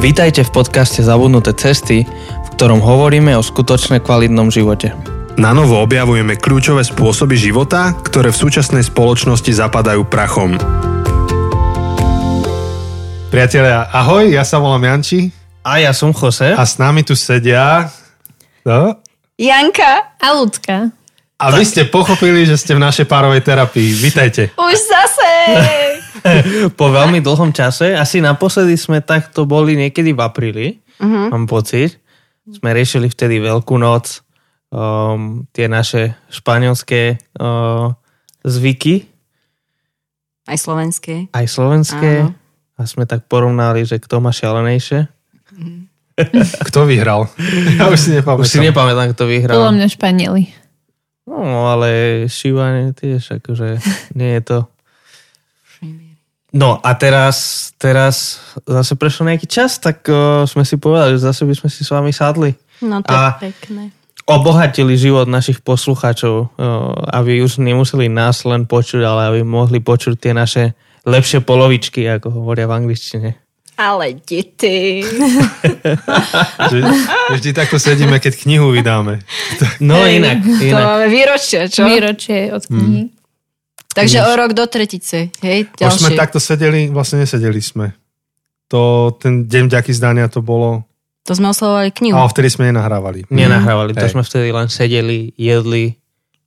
Vítajte v podcaste Zabudnuté cesty, v ktorom hovoríme o skutočne kvalitnom živote. Na novo objavujeme kľúčové spôsoby života, ktoré v súčasnej spoločnosti zapadajú prachom. Priatelia, ahoj, ja sa volám Janči A ja som Jose. a s nami tu sedia... No? Janka, A ľudka. A vy ste pochopili, že ste v našej párovej terapii. Vítajte. už zase! po veľmi dlhom čase, asi naposledy sme takto boli niekedy v apríli, Mhm. uh-huh. mám pocit. Sme riešili vtedy Veľkú noc, um, tie naše španielské uh, zvyky, Aj slovenské. aj slovenské. Áno. A sme tak porovnali, že kto má šialenejšie. Kto vyhral? Ja už si nepamätám. Už si nepamätám, kto No. vyhral. Podľa mňa Španieli. No, ale šívanie tiež, akože nie je to... No a teraz, teraz zase prešiel nejaký čas, tak uh, sme si povedali, že zase by sme si s vami sadli. No to je A- pekné. Obohatili život našich poslucháčov, uh, aby už nemuseli nás len počuť, ale aby mohli počuť tie naše lepšie polovičky, ako hovoria v angličtine. Ale deti. Vždy, vždy takto sedíme, keď knihu vydáme. No inak, To inak. máme výročia, čo? Hm. Výročie od knihy. Takže o rok do tretice. Hej, Už sme ďalšie. takto sedeli, vlastne nesedeli sme. To, ten deň vďaky zdania to bolo... To sme oslovovali knihu. Ale vtedy sme nenahrávali. Nenahrávali, to Hej. sme vtedy len sedeli, jedli,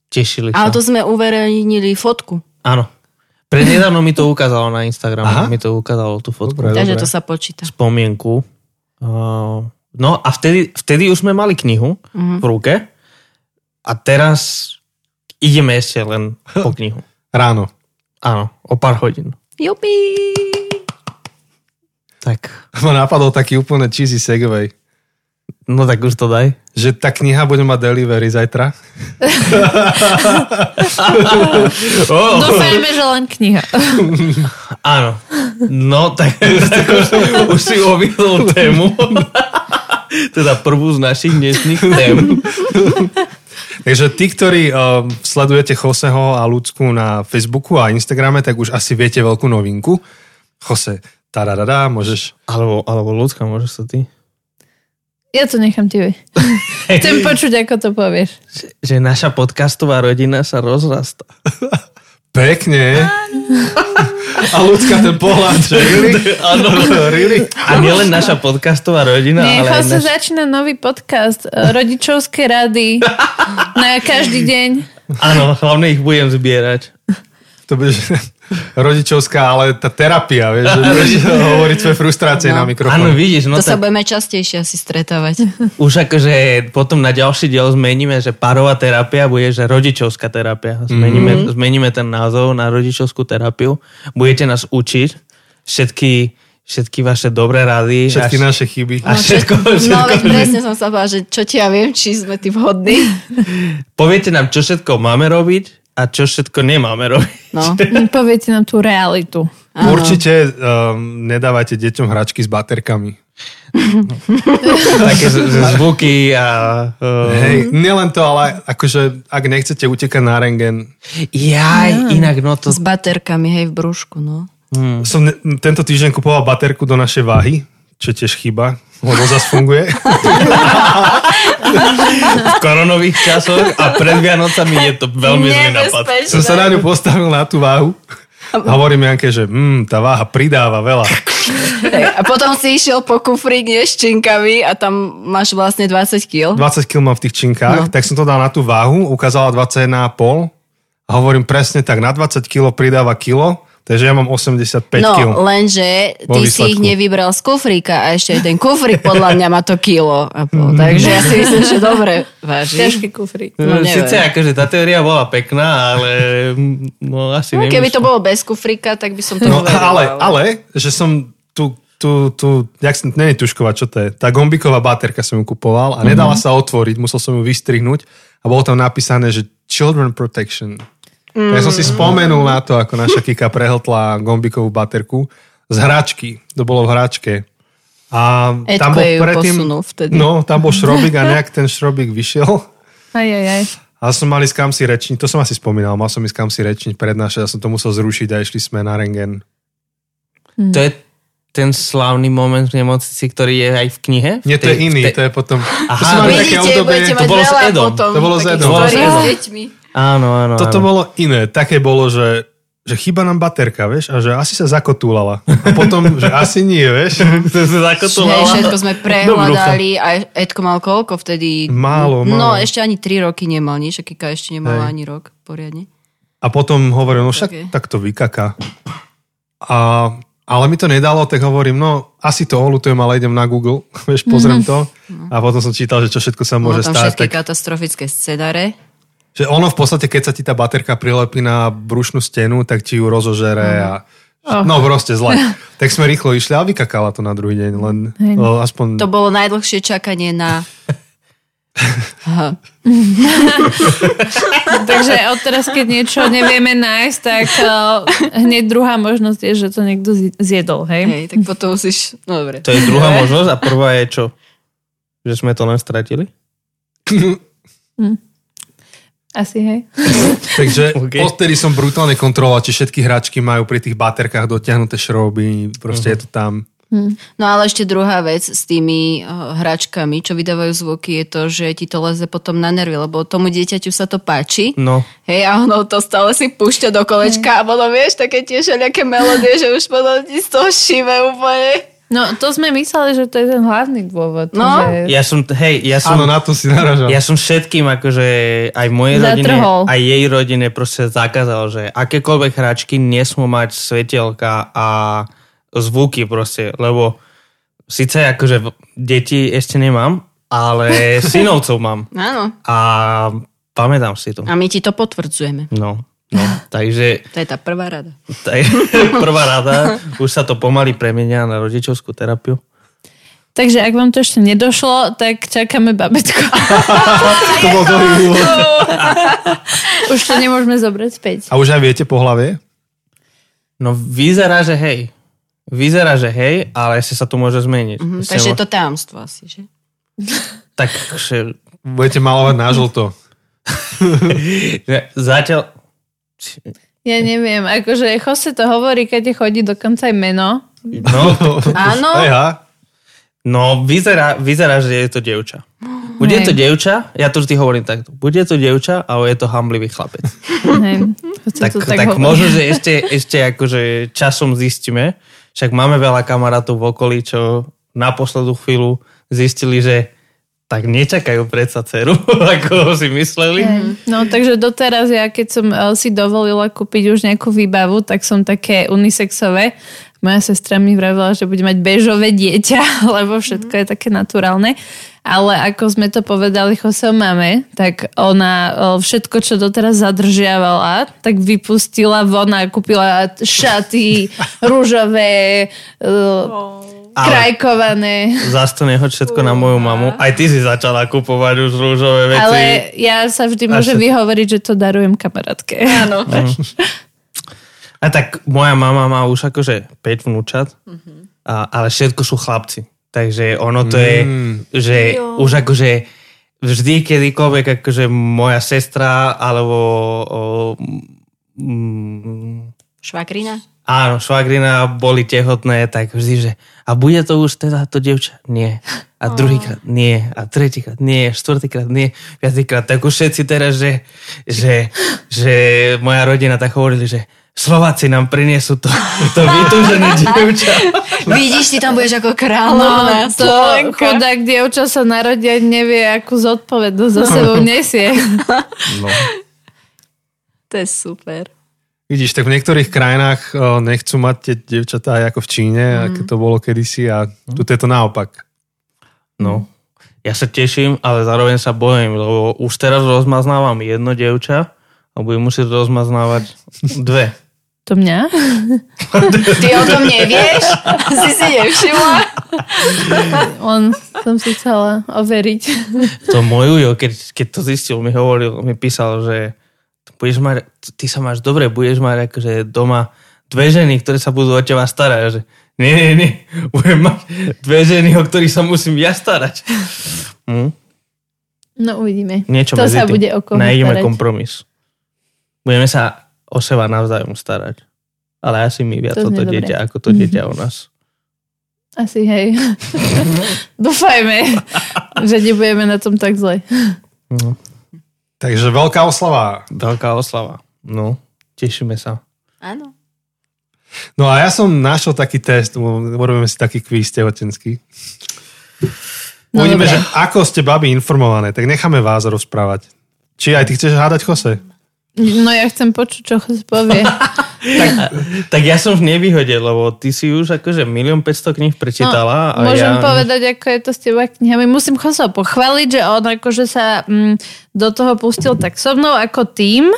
tešili sa. Ale to sme uverejnili fotku. Áno. Prednedávno mi to ukázalo na Instagrame. Aha. Mi to ukázalo tú fotku. Dobre, Takže dobre. to sa počíta. Spomienku. Uh, no a vtedy, vtedy už sme mali knihu Mhm. v ruke a teraz ideme ešte len po knihu. Ráno. Áno, o pár hodín. Jupi! Tak, Ma napadol taký úplne cheesy segway. no tak už to daj. Že tá kniha bude mať delivery zajtra. Dúfajme, že len kniha. Áno. No tak tak už, už si objavil tému. teda prvú z našich dnešných tém. Takže tí, ktorí um, sledujete Joseho a Ľudsku na Facebooku a Instagrame, tak už asi viete veľkú novinku. Jose, tararara, môžeš... Alebo, alebo ľudská, môžeš sa ty? Ja to nechám tebe. Chcem počuť, ako to povieš. Že naša podcastová rodina sa rozrastá. Pekne. A ľudská ten pohľad, že really? Áno. really? A nielen naša podcastová No, rodina, Nie, ale aj sa naš... začína nový podcast e, Rodičovské rady na každý deň. Áno, hlavne ich budem zbierať. To bude že rodičovská, ale tá terapia, vieš, že budeš hovoriť svoje frustrácie na No. Áno, mikrofón. vidíš, no To tak sa budeme častejšie asi stretávať. No, už akože potom na ďalší diel zmeníme, že parová terapia bude, že rodičovská terapia. Zmeníme, zmeníme ten názov na rodičovskú terapiu. Budete nás učiť všetky, všetky vaše dobré rady. Všetky a, naše chyby. a všetko, všetko, No, veď presne som sa povedala, že čo ti ja viem, či sme tí vhodní. Poviete nám, čo všetko máme robiť a čo všetko nemáme robiť. No, Poviete nám tú realitu. áno. Určite um, nedávajte deťom hračky s baterkami. Také z- z- zvuky a... Ehm. Uh, Hej, nielen to, ale akože ak nechcete utekať na rengen, jaj, inak no to... S baterkami, hej, v brúšku, no. som ne- tento týždeň kupoval baterku do našej váhy, čo je tiež chyba, lebo zase funguje. v koronových časoch a pred Vianocami je to veľmi zlý nápad. Som sa na ňu postavil na tú váhu. A hovorím Janke, že mm, tá váha pridáva veľa. Hej, A potom si išiel po kufrík nie s činkami a tam máš vlastne 20 kg. 20 kg mám v tých činkách, no. No. tak som to dal na tú váhu, ukázala 21,5 a hovorím presne tak, na 20 kg pridáva kilo, takže ja mám 85 No, kg. lenže ty Vo výsledku. si ich nevybral z kufríka a ešte aj ten kufrík podľa mňa má to kilo. A po, Mm. takže ja si myslím, že dobre vážiš. Ťažký kufrík. E, No, neviem. Sice akože tá teória bola pekná, ale mm, no asi no, No, keby to bolo bez kufríka, tak by som to No, uverila, ale, ale, že som tu, tu, tu, jak som, nie je tušková, čo to je, tá gombiková baterka som ju kupoval a Mhm. nedala sa otvoriť, musel som ju vystrihnúť a bolo tam napísané, že children protection. Mm. Ja Mhm. som si spomenul na to, ako naša Kika prehltla gombikovú baterku z hračky, to bolo v hračke. A Edko tam bol jej ju predtým, posunul vtedy. no, tam bol šrobík a nejak ten šrobík vyšiel. Aj, aj, aj. A som mal ísť kam si rečniť, to som asi spomínal, mal som ísť kam si rečniť, prednášať, ja som to musel zrušiť a išli sme na rengen. To je ten slávny moment v nemocnici, ktorý je aj v knihe? V Nie, to je tej- v iný, tej- to je potom... to Aha, sme mali také Vidíte, obdobie, budete to mať bolo s veľa Edom. potom. To bolo s takých Edom. To bolo s storiek Edom. s deťmi. Áno, áno. Toto áno. bolo iné, také bolo, že že chýba nám baterka, vieš, a že asi sa zakotúlala. A potom, že asi nie, vieš. Hej, Zakotovala. všetko sme prehľadali a Edko mal koľko vtedy? Málo, málo. No, ešte ani 3 roky nemal nič, a Kika ešte nemala Hej. ani rok poriadne. A potom hovoril, no však Také. tak to vykaká. A, ale mi to nedalo, tak hovorím, no asi to olutujem, ale idem na Google, vieš, pozriem to. A potom som čítal, že čo všetko sa Bolo môže Mhm. No. tam stať. všetky Tak, katastrofické scenáre. že ono v podstate, keď sa ti tá baterka prilepí na brušnú stenu, tak ti ju rozožere a No proste zle. Tak sme rýchlo išli a vykakala to na druhý deň, len Hej. o, aspoň... To bolo najdlhšie čakanie na... Aha. Takže odteraz, keď niečo nevieme nájsť, tak uh, hneď druhá možnosť je, že to niekto zj- zjedol, hej? Hej, tak potom musíš... No dobre. To je druhá možnosť a prvá je čo? Že sme to len stratili? Asi, hej? Takže OK. odtedy som brutálne kontroloval, či všetky hračky majú pri tých baterkách dotiahnuté šroby, Mhm. proste je to tam. No ale ešte druhá vec s tými eh, hračkami, čo vydávajú zvuky, je to, že ti to leze potom na nervy, lebo tomu dieťaťu sa to páči. No. Hej, a ono to stále si púšťa do kolečka a ono, vieš, také tie všelijaké melódie, že už potom ti z toho šíve úplne. No, to sme mysleli, že to je ten hlavný dôvod. No. že... Ja som, hej, ja som, Áno, na to si naražal. ja som všetkým, akože aj mojej rodine, Zatrhol. aj jej rodine proste zakázal, že akékoľvek hračky nesmú mať svetelka a zvuky proste, lebo síce akože v- deti ešte nemám, ale synovcov mám Áno. a pamätám si to. A my ti to potvrdzujeme. No, no, takže To je tá prvá rada. to je prvá rada, už sa to pomaly premenia na rodičovskú terapiu. Takže ak vám to ešte nedošlo, tak čakáme babetko. to bol dlhý úvod. Už to nemôžeme zobrať späť. A už aj viete po hlave? No vyzerá, že hej. Vyzerá, že hej, ale ešte sa to môže zmeniť. Mhm, Ešte takže mo- je to tajomstvo asi, že? Tak, že, Budete malovať na žlto. že zatiaľ... Ja neviem, akože Jose to hovorí, keď je chodí dokonca aj meno. No, Áno. Ejha. no vyzerá, vyzerá, že je to dievča. Bude to dievča, ja to vždy hovorím takto, bude to dievča, ale je to hamlivý chlapec. Hej, Jose Tak, to tak, tak hovorí. možno, že ešte, ešte akože časom zistíme, však máme veľa kamarátov v okolí, čo na poslednú chvíľu zistili, že tak nečakajú predsa dceru, ako si mysleli. No takže doteraz ja, keď som eh, si dovolila kúpiť už nejakú výbavu, tak som také unisexové. Moja sestra mi vravila, že bude mať bežové dieťa, lebo všetko Mm-hmm. je také naturálne. Ale ako sme to povedali Jose mame, tak ona eh, všetko, čo doteraz zadržiavala, tak vypustila von a kúpila šaty rúžové, oh. No. Ale- krajkované. Zas to nehoď všetko na moju mamu. Aj ty si začala kupovať už rúžové veci. Ale ja sa vždy môžem sa- vyhovoriť, že to darujem kamarátke. Áno. A tak moja mama má už akože 5 vnúčat, a, ale všetko sú chlapci. Takže ono to je, že už akože vždy kedykoľvek akože moja sestra alebo o, mm, Švakrina? áno, švagrina boli tehotné, tak vždy, že a bude to už teda to devča? Nie. A druhýkrát nie. A tretíkrát nie. Štvrtýkrát nie. Piatýkrát. Tak už všetci teraz, že, že, že moja rodina tak hovorili, že Slováci nám priniesú to, to vytúžené dievča. Vidíš, ty tam budeš ako kráľovná No, no, to chudák dievča sa narodia, nevie, akú zodpovednosť za sebou nesie. No. To je super. Vidíš, tak v niektorých krajinách o, nechcú mať tie devčatá aj ako v Číne, mm. aké to bolo kedysi a Mhm. tu je to naopak. No, ja sa teším, ale zároveň sa bojím, lebo už teraz rozmaznávam jedno dievča a budem musieť rozmaznávať dve. To mňa? Ty o tom nevieš? si si nevšimla? On, som si chcela overiť. To moju, jo, keď, keď to zistil, mi hovoril, mi písal, že budeš mať, ty sa máš dobre, budeš mať akože doma dve ženy, ktoré sa budú o teba starať. A Že, nie, nie, nie, budem mať dve ženy, o ktorých sa musím ja starať. Hm? No uvidíme. Niečo to medzi sa tým. bude o koho Nájdeme starať. kompromis. Budeme sa o seba navzájom starať. Ale asi my viac To o to znie dobre. dieťa, ako to dieťa o nás. Asi hej. Dúfajme, že nebudeme na tom tak zle. Takže veľká oslava. Veľká oslava. No, tešíme sa. Áno. No a ja som našiel taký test, u- urobíme si taký kvíz tehotenský. No Uvidíme, dobre. že ako ste baby informované, tak necháme vás rozprávať. Či aj ty chceš hádať, Jose? No ja chcem počuť, čo Chos povie. Tak ja som v nevýhode, lebo ty si už akože milión 500 kníh prečítala. a No, ja... môžem povedať, ako je to s teba knihami. Musím Chosa pochváliť, že on akože sa mm, do toho pustil tak so mnou ako tým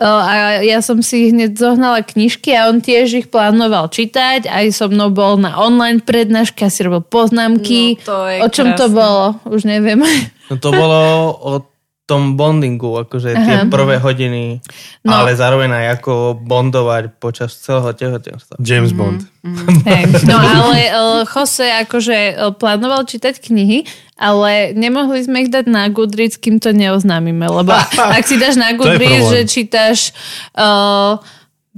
Eh, a ja som si hneď zohnala knižky a on tiež ich plánoval čítať. Aj so mnou bol na online prednáške, asi robil poznámky. No, to je o čom to krásne. bolo? Už neviem. No to bolo o tom bondingu, akože tie prvé hodiny, No. ale zároveň aj ako bondovať počas celého tehotenstva. James Bond. Hej. No ale eh, Jose akože eh, plánoval čítať knihy, ale nemohli sme ich dať na Goodreads, kým to neoznámime. Lebo ak si dáš To na je Goodreads, problém. že čítaš eh,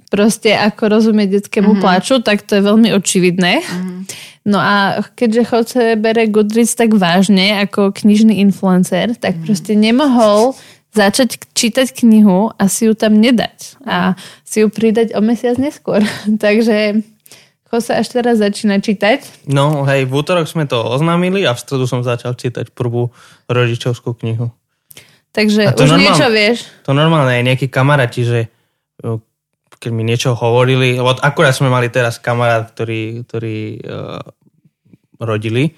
proste ako rozumie Mhm. detskému mm-hmm. pláču, tak to je veľmi očividné. Mm-hmm. No a keďže Jose bere Goodreads tak vážne ako knižný influencer, tak Mhm. proste nemohol začať k- čítať knihu a si ju tam nedať. Mhm. A si ju pridať o mesiac neskôr. Takže Jose až teraz začína čítať. No hej, v útorok sme to oznámili a v stredu som začal čítať prvú rodičovskú knihu. A Takže to už normálne. niečo vieš. To normálne je nejakí kamaráti, že uh, keď mi niečo hovorili, lebo akurát sme mali teraz kamarát, ktorý, ktorý uh, rodili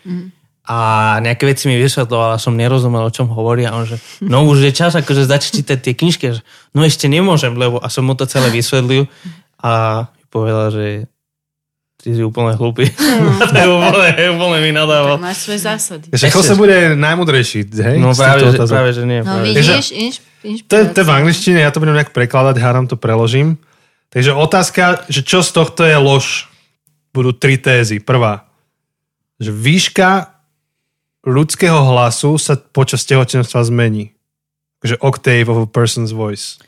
a nejaké veci mi vysvetloval a som nerozumel, o čom hovorí a on že, no už je čas akože začať čítať tie knižky, A že, no ešte nemôžem, lebo a som mu to celé vysvetlil a povedal, že ty si úplne hlúpy. to je úplne, úplne mi nadával. Máš svoje zásady. Takže Ešte- Jose bude najmudrejší, hej? No z práve, týchto že, otázok. práve, že nie. No práve, že- vidíš, inš, inš, To je, to je v angličtine, ja to budem nejak prekladať, hádam to preložím. Takže otázka, že čo z tohto je lož? Budú tri tézy. Prvá, že výška ľudského hlasu sa počas tehotenstva zmení. Takže octave of a person's voice.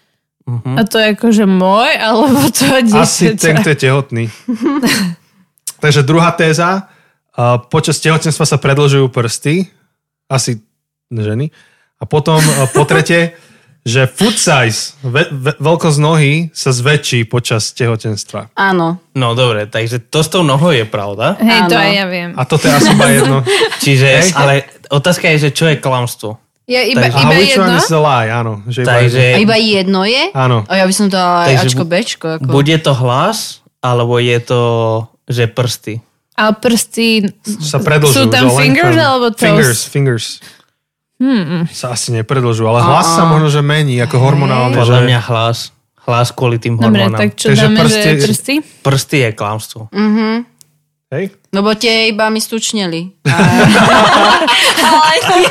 A to je akože môj, alebo to je Mhm. Asi ten, dieťa. kto je tehotný. Takže druhá téza, a počas tehotenstva sa predlžujú prsty, asi ženy. A potom a po tretie, že foot size, ve, ve, veľkosť nohy sa zväčší počas tehotenstva. Áno. No dobre, takže to s tou nohou je pravda. Hej, to Áno. aj ja viem. A toto je asi iba jedno. Čiže, ale otázka je, že čo je klamstvo? Ja iba, Takže- A iba which jedno. one is a lie, áno. Že iba A Takže iba jedno je? Áno. A ja by som to dala aj Takže Ačko, bu- Bčko. Ako. bude to hlas, alebo je to, že prsty. Ale prsty... sa predlžujú. Sú že tam lengthen. fingers alebo toes? Fingers, fingers. Hmm. Sa asi nepredlžujú, ale hlas sa možno, že mení, ako hormonálne. Podľa Že... mňa hlas. Hlas kvôli tým Dobre, hormónom. tak čo Takže dáme, že prsty- prsty? Prsty je klamstvo. Mm. Hej? Lebo No, tie iba mi stučneli. Ale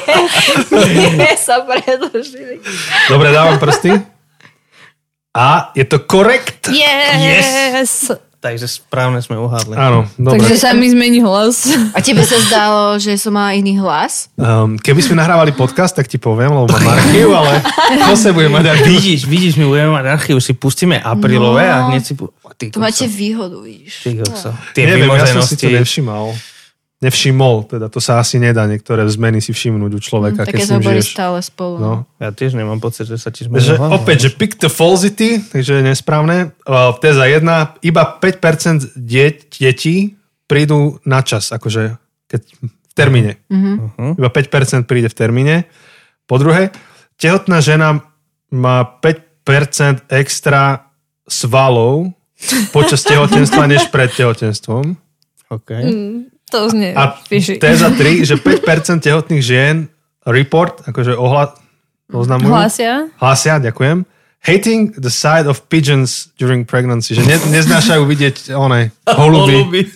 nie, nie sa predlžili. Dobre, dávam prsty. A je to korekt. Yes! Takže správne sme uhádli. Áno, dobre. Takže sa mi zmení hlas. A tebe sa zdalo, že som mala iný hlas? Um, keby sme nahrávali podcast, tak ti poviem, lebo mám archív, ale to sa bude mať aj Vidíš, vidíš, my budeme mať archív, si pustíme aprílové a hneď si... Bu- a ty No. To kokso, máte No. výhodu, vidíš. Ty kokso. Tie Neviem, ja som si vymoženosti. to nevšimal. Nevšimol, teda to sa asi nedá niektoré zmeny si všimnúť u človeka, keď Mm, Také s ním sme boli žiješ. stále spolu. No. Ja tiež nemám pocit, že sa ti zmenil Že, hlas. opäť, že pick the falsity, takže je nesprávne. Uh, téza 1, iba 5% dieť, detí prídu na čas, akože keď, v termíne. Uh-huh. Iba 5% príde v termíne. Po druhé, tehotná žena má 5% extra svalov počas tehotenstva, než pred tehotenstvom. Okay. Mm. To znie A fiši. téza 3, že 5% tehotných žien report, akože ohla, oznamujú. Hlasia? Hlasia, ďakujem. Hating the sight of pigeons during pregnancy. Že ne, neznášajú vidieť one, holuby.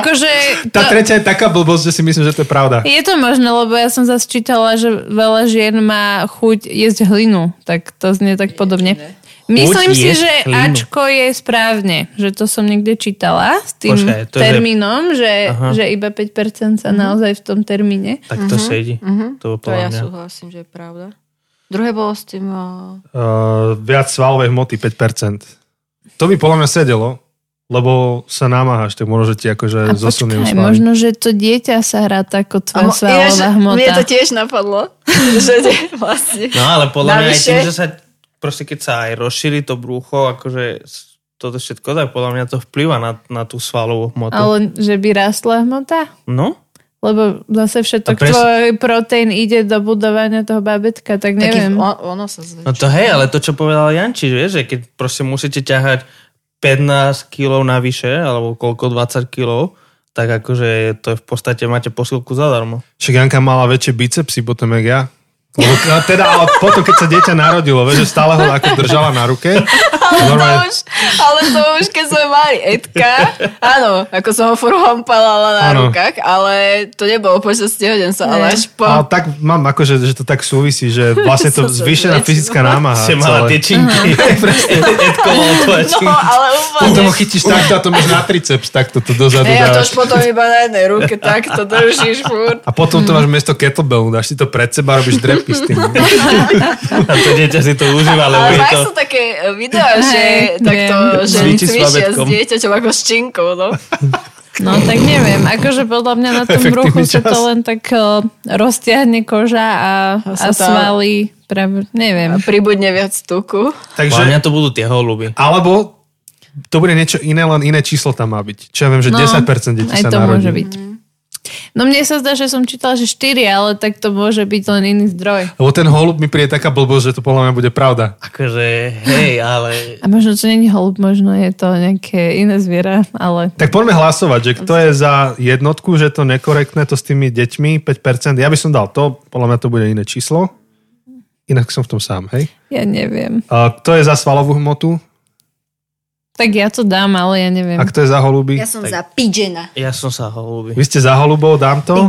Akože... Tá to- tretia je taká blbosť, že si myslím, že to je pravda. Eh, Je to možné, lebo ja som zase čítala, že veľa žien má chuť jesť hlinu, tak to znie tak podobne. Myslím si, jesť že hlinu. Ačko je správne, že to som niekde čítala s tým Počkaj, to je- termínom, že, Aha. že iba 5% sa naozaj v tom termíne. Tak to sedí. To Mhm. To podľa ja mňa. súhlasím, že je pravda. Druhé bolo s tým... o, Uh, viac svalovej hmoty, 5%. To by podľa mňa sedelo, lebo sa namáhaš, tak možno, že ti akože zosunie počkaj, svaly. možno, že to dieťa sa hrá tak ako tvoja svalová hmota. Mne to tiež napadlo, že vlastne. No ale podľa mňa aj Navyše- tým, že sa proste keď sa aj rozšíri to brúcho, akože s- toto všetko, tak podľa mňa to vplýva na, na tú svalovú hmotu. Ale... Ale že by rastla hmota? No, Lebo zase všetok A pres- tvoj proteín ide do budovania toho babetka, tak neviem. Taký, on- ono sa zväčšuje. no to hej, ale to, čo povedal Janči, vieš, že keď proste musíte ťahať 15 kg navyše, alebo koľko, 20 kg, tak akože to je v podstate máte posilku zadarmo. Však Janka mala väčšie bicepsy potom, jak ja. Lebo, a teda, ale potom, keď sa dieťa narodilo, vieš, že stále ho ako držala na ruke. To Normálne, No už, ale to už keď sme mali Edka, áno, ako som ho furt hompalala na Áno. rukách, ale to nebolo počas tehotenstva, Ne. ale až po... ale tak mám, akože, že to tak súvisí, že vlastne to Som sa zvýšená zväčšila. fyzická námaha. Ste mala tie celé. činky. Presne, Edko mal tvoje No, činky. ale Potom úplne. ho chytíš takto a to máš na triceps, takto to dozadu Ne, ja to dáš. už potom iba na jednej ruke takto držíš furt. A potom to máš miesto kettlebellu, dáš si to pred seba a robíš drepy s tým. A to dieťa si to užíva, lebo Ale je máš to... sú také e, videá, že Hej, takto, viem. že Cvičí s cvičia s babetkom. dieťaťom ako s činkou, no. No tak neviem, akože podľa mňa na tom Efektívny bruchu sa čas. to len tak eh, roztiahne koža a, A a sa tá- svaly, práve, A neviem. pribudne viac tuku. Podľa Takže, mňa to budú tie holuby. alebo to bude niečo iné, len iné číslo tam má byť. Čo ja viem, že 10% detí No, aj sa to narodí. môže byť. Mhm. No mne sa zdá, že som čítala, že 4, ale tak to môže byť len iný zdroj. Lebo ten holub mi príde taká blbosť, že to podľa mňa bude pravda. Akože, hej, ale A možno to není holub, možno je to nejaké iné zviera, ale... Tak poďme hlasovať, že kto je za jednotku, že je to nekorektné, to s tými deťmi, 5%. Ja by som dal to, podľa mňa to bude iné číslo. Inak som v tom sám, hej. Ja neviem. A kto je za svalovú hmotu Tak ja to dám, ale ja neviem. a kto je za holuby? som za pigeona. ja som sa holuby. Vy ste za holubou, dám to.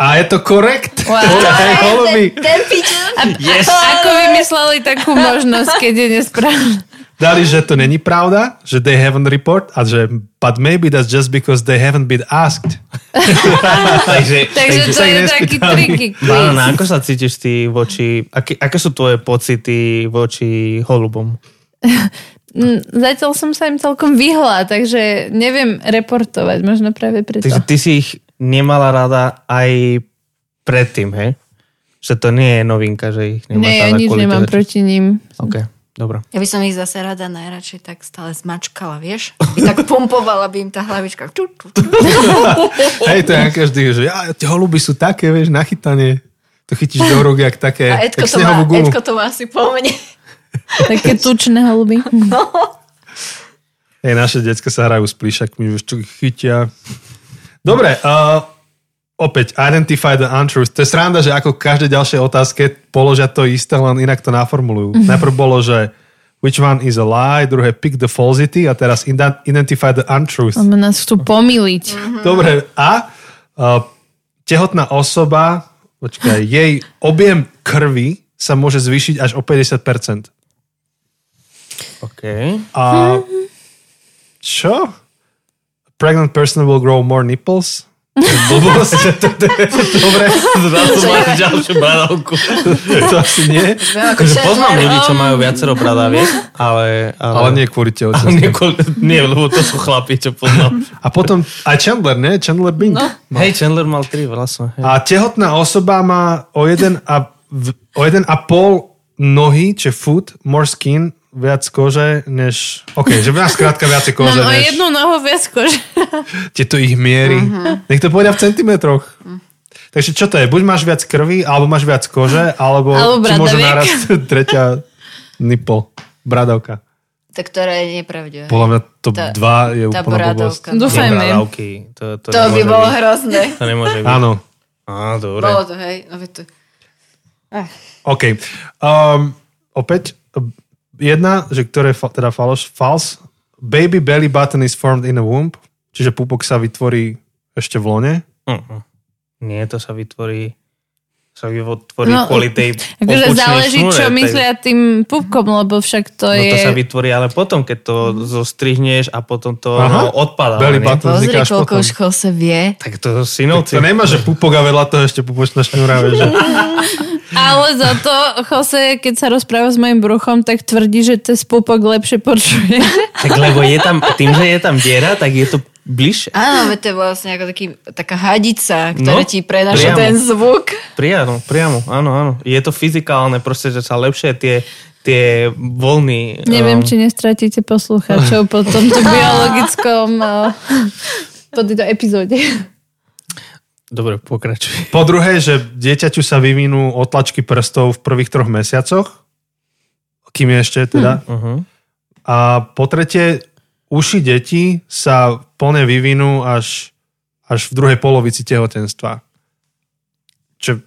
A je to korekt. Wow. To je holuby. Ten pigeon. Yes! Ako vymysleli takú možnosť, keď je nesprávne? Dali, že to není pravda, že they haven't report a že but maybe that's just because they haven't been asked. Takže, Takže to sa ich je taký nespýtali. triky quiz. Banana, ako sa cítiš ty voči, aké, aké sú tvoje pocity voči holubom? Mm, Zatiaľ som sa im celkom vyhla, takže neviem reportovať, možno práve preto. Takže ty si ich nemala rada aj predtým, hej? Že to nie je novinka, že ich nemáš Nie, ja rada nič kvôli nemám tebe. proti ním. OK, dobre. Ja by som ich zase rada najradšej tak stále zmačkala, vieš? I tak pumpovala by im tá hlavička. Ču, ču, ču. Hej, to je Janka vždy, že ja, tie holuby sú také, vieš, nachytanie. To chytíš do rúk, jak také, A Edko jak to, má, snehovú gumu. Edko to má asi po mne. Také tučné holuby. Hej, naše decka sa hrajú s plíšakmi, už čo ich chytia. Dobre, uh, opäť, identify the untruth. To je sranda, že ako v každej ďalšej otázke položia to isté, len inak to naformulujú. Najprv bolo, že which one is a lie, druhé pick the falsity a teraz ida- identify the untruth. Lebo nás chcú pomýliť. Dobre, a uh, tehotná osoba, počkaj, jej objem krvi sa môže zvýšiť až o 50%. OK. A čo? Pregnant person will grow more nipples? Blbosť, to, to, to, dobre, Zrazu máš ďalšiu bradavku. to asi nie. Akože poznám ľudí, čo um, majú viacero bradaviek, ale... Ale nie kvôli Ale tehotenstvu. nie, kvôli- nie, lebo to sú chlapi, čo poznám. A potom, a Chandler, nie? Chandler Bing. No. Hej, Chandler mal tri vlasy. hej. A tehotná osoba má o jeden a, v- o jeden a pol nohy, či foot, more skin, viac kože, než... OK, že má skrátka viacej Mám kože, No, o než jednu nohu viac kože. tieto ich miery. Mhm. Nech to povedia v centimetroch. Takže čo to je? Buď máš viac krvi, alebo máš viec kože, alebo, Alebo ti môže bradaviek. narast tretia nipo. Bradavka. Tak ktorá je nepravdivé. Podľa mňa top Tá- 2 je tá úplná blbosť. bradavka. Nie Dúfajme. bradavky, To, to, To by nemôže bolo byť. hrozné. To nemôže byť. Áno. Á, dobre. Bolo to, hej. No, veď to... OK. Um, opäť jedna, že ktoré fa- teda faloš, fals. Baby belly button is formed in a womb, čiže pupok sa vytvorí ešte v lone. Mm-mm. Nie, to sa vytvorí sa vytvorí no, No, kvôli tej Akože pupučnej záleží, šnúre, čo tej- myslia tým pupkom, lebo však to No to sa je... Mhm. vytvorí, ale potom, keď to zostrihneš a potom to no, Aha. odpadá. Belly nie? button Pozri, vzniká až koľko potom. už škôl sa vie. Tak to To synovci. nemá, že pupok a vedľa toho ešte pupočná šnúra, vieš, že Ale za to Jose, keď sa rozpráva s mojim bruchom, tak tvrdí, že cez pupok lepšie počuje. Tak lebo je tam, tým, že je tam diera, tak je to bližšie. Áno, veď to je vlastne ako taký, taká hadica, ktorá No, ti prenáša priamo. ten zvuk. Priamo, priamo, áno, áno. Je to fyzikálne, proste, že sa lepšie tie, tie voľny... Neviem, ehm, či nestratíte poslucháčov po tomto biologickom eh, po tejto epizóde. Dobre, pokračuj. Po druhé, že dieťaťu sa vyvinú otlačky prstov v prvých troch mesiacoch, kým je ešte teda. Uh-huh. A po tretie, uši detí sa plne vyvinú až, až v druhej polovici tehotenstva. Čo,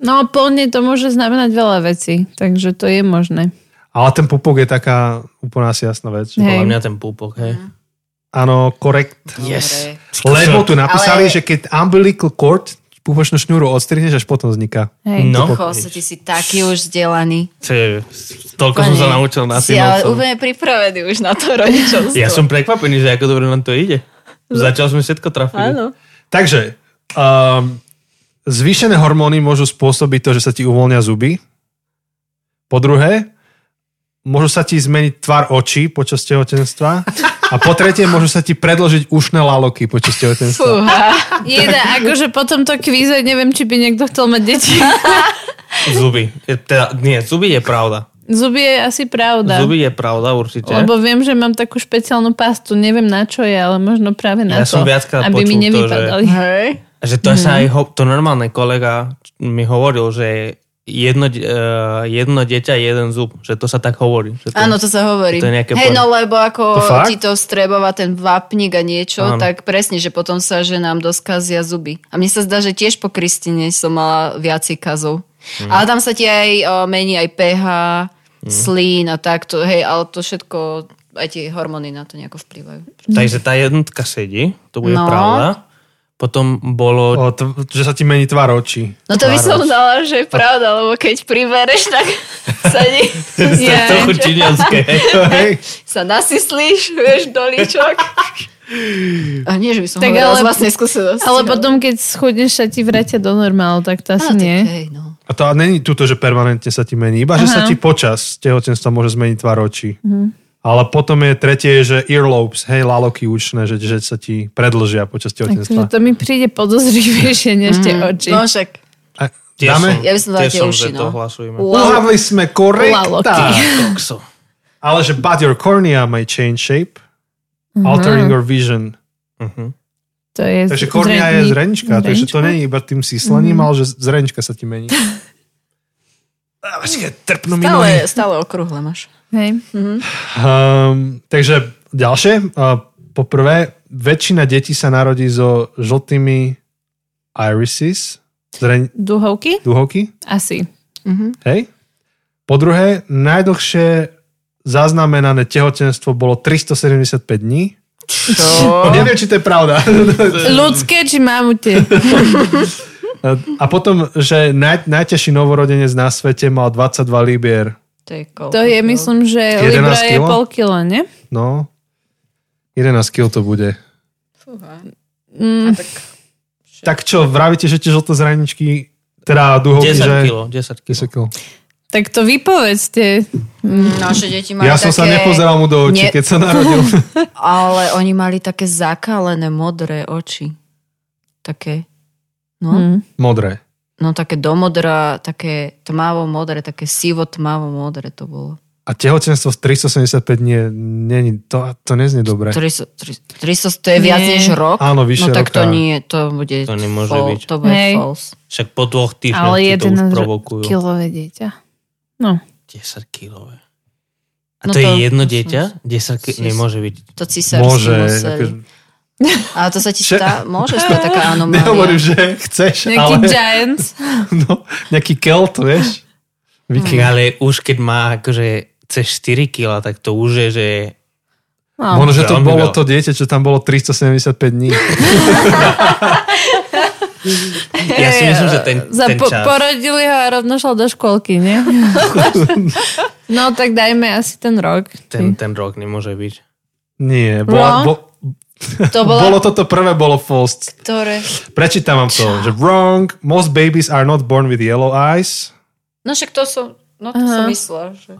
No plne to môže znamenať veľa vecí, takže to je možné. ale ten pupok je taká úplne asi jasná vec. že- Hej. No, Podľa mňa ten púpok, hej. Áno, korekt. Yes. Dobre. Lebo tu napísali, Ale- že keď umbilical cord, pupočnú šnúru odstrihneš, až potom vzniká. Hej. No, Jose, ty si taký už vzdelaný. to je- toľko som sa naučil na Si ale synovcov. úplne pripravený už na to rodičovstvo. Ja som prekvapený, že ako dobre nám to ide. Zatiaľ sme všetko trafili. Takže, um, zvýšené hormóny môžu spôsobiť to, že sa ti uvoľnia zuby. Po druhé, môžu sa ti zmeniť tvar očí počas tehotenstva. A po tretie, môžu sa ti predložiť ušné laloky počas tehotenstva. Fúha. Jeda, akože po tomto kvíze neviem, či by niekto chcel mať deti. Zuby. Je, teda, nie, zuby je pravda. Zuby je asi pravda. Zuby je pravda určite. Lebo viem, že mám takú špeciálnu pastu, neviem na čo je, ale možno práve na Ja to, som viackrát aby počul mi to, nevypadali. Hej. Že to sa Mhm. aj ho, to normálne kolega mi hovoril, že jedno, de- eh, jedno dieťa, jeden zub. Že to sa tak hovorí. Že to, Áno, to sa hovorí. To je nejaké Hej, pojem. no lebo To ako fakt? ti to strebova ten vápnik a niečo, Áno. tak presne, že potom sa, že nám doskazia zuby. A mne sa zdá, že tiež po Kristine som mala viacej kazov. Mhm. Ale tam sa ti aj o, mení aj pH, slín a takto, hej, ale to všetko, aj tie hormóny na to nejako vplyvajú. Takže tá jednotka sedí, to bude No. pravda. Potom bolo... O, t- že sa ti mení tvar očí. No to by som dala, že je pravda, lebo keď pribereš, tak sa, ni- Yeah. Trochu číňanské. Hej. sa nasyslíš, vieš, do líčok. A nie, že by som tak Tak hovorila vlastne ale- z vlastnej skúsenosti. Ale potom, keď schudneš, sa ti vrátia do normálu, tak to asi tak nie. hej, no. A to není tuto, že permanentne sa ti mení, iba že sa ti počas tehotenstva môže zmeniť tvar očí. Mhm. Ale potom je tretie, že earlobes, hej, laloky učné, že, že sa ti predlžia počas Takže tehotenstva. to mi príde podozrivejšie než tie oči. No však, A, Tiež som- dáme? Ja by som dala tiež tie som, uši, že to no. hlasujeme. Uhávli sme korekta. Laloky. Toxo. Ale že but your cornea may change shape, altering your vision. Mhm. Mhm. To je Takže kornea je zrenička, takže to není iba tým síslením, ale že zrenička sa ti mení. Á, Počkaj, trpnú mi stále, nohy. stále okrúhle máš. Hej. Um, takže ďalšie. Uh, poprvé, väčšina detí sa narodí so žltými irises, zreň, Duhovky? duhovky, Asi. hej? Po druhé, najdlhšie zaznamenané tehotenstvo bolo 375 dní. Čo? Neviem, či to je pravda. Eh. Ľudské či mamute? A potom, že naj, najťažší novorodenec na svete mal 22 libier. To je, koľko, To je, myslím, že 11 Libra je kilo? pol kilo, ne? No, 11 kg to bude. Mm, Tak čo, vravíte, že tie žlté zraničky, teda duhovky, 10 že... kilo, 10 kilo. 10 kilo. tak to vypovedzte. mm. Naše deti mali Ja som také, sa nepozeral mu do očí, Nie. keď sa narodil. Ale oni mali také zakalené modré oči. Také, no, Mm. Modré. no také domodrá, také tmavo-modré, také sivo-tmavo-modré to bolo. A tehotenstvo z 375 nie, nie, to, to neznie dobre. 300, 300 to je viac Nie. než rok? Áno, vyše No tak to roka. nie, to bude To nemôže fal- byť. To bude Hej. false. Však po dvoch týždňoch Ale ti to už 11 provokujú. kilové dieťa. No. 10 kilové. A No to, je to- jedno to som dieťa? 10 ki- si- Mm. nemôže byť. To císarsky Môže. museli. akože- Ale to sa ti Čo- stá, môže stať taká anomália. Nehovorím, že chceš, Nejaký ale Giants. no, nejaký kelt, vieš. Viking, Hmm. ale už keď má akože cez 4 kila, tak to už je, že No. Možno, že to Veľmi bolo veľa. to dieťa, čo tam bolo 375 dní. ja si myslím, že ten, Za ten po- čas. Porodili ho a rovno šel do školky, nie? no tak dajme asi ten rok. Mm. Ten, ten rok nemôže byť. Nie, bola, No. bo, To bola... Bolo toto prvé, bolo false. Ktoré? Prečítam vám to, že wrong, most babies are not born with yellow eyes No však to som... No to som myslela, že...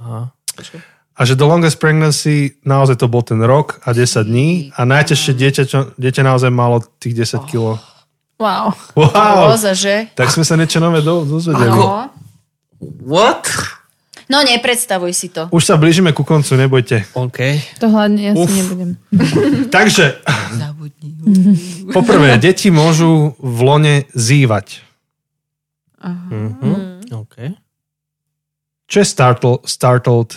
a že the longest pregnancy, naozaj to bol ten rok a 10 dní a najťažšie dieťa, čo, dieťa naozaj malo tých 10 Oh. kg. Wow. Wow! Roza, že? Tak sme sa niečo nové do, dozvedeli. No. What? no nepredstavuj si to. Už sa blížime ku koncu, nebojte. OK. To hlavne ja Uf. si nebudem. Takže, Zabudni. poprvé, deti môžu v lone zývať. Mhm. OK. Čo je startle, startled?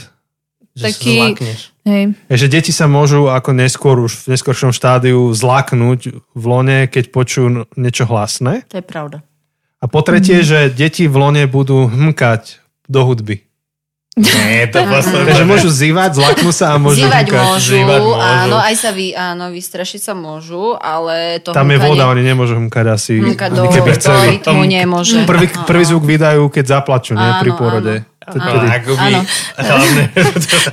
Že Taký- sa zlákneš. Hej. Je, Že deti sa môžu ako neskôr už v neskoršom štádiu zlaknúť v lone, keď počujú niečo hlasné. To je pravda. A po Mhm. tretie, že deti v lone budú hmkať do hudby. Nie, to vlastne Takže môžu zývať, zlaknú sa a môžu Zývať hmkať. môžu, zývať môžu. áno, aj sa vy, áno, vystrašiť sa môžu, ale to Tam je hmkanie- voda, oni nemôžu hmkať asi, hmka do, ani keby do chceli. rytmu nemôže. Prvý, prvý zvuk vydajú, keď zaplačú, nie? Pri Áno, pôrode. Vtedy. Akoby, Áno. hlavne,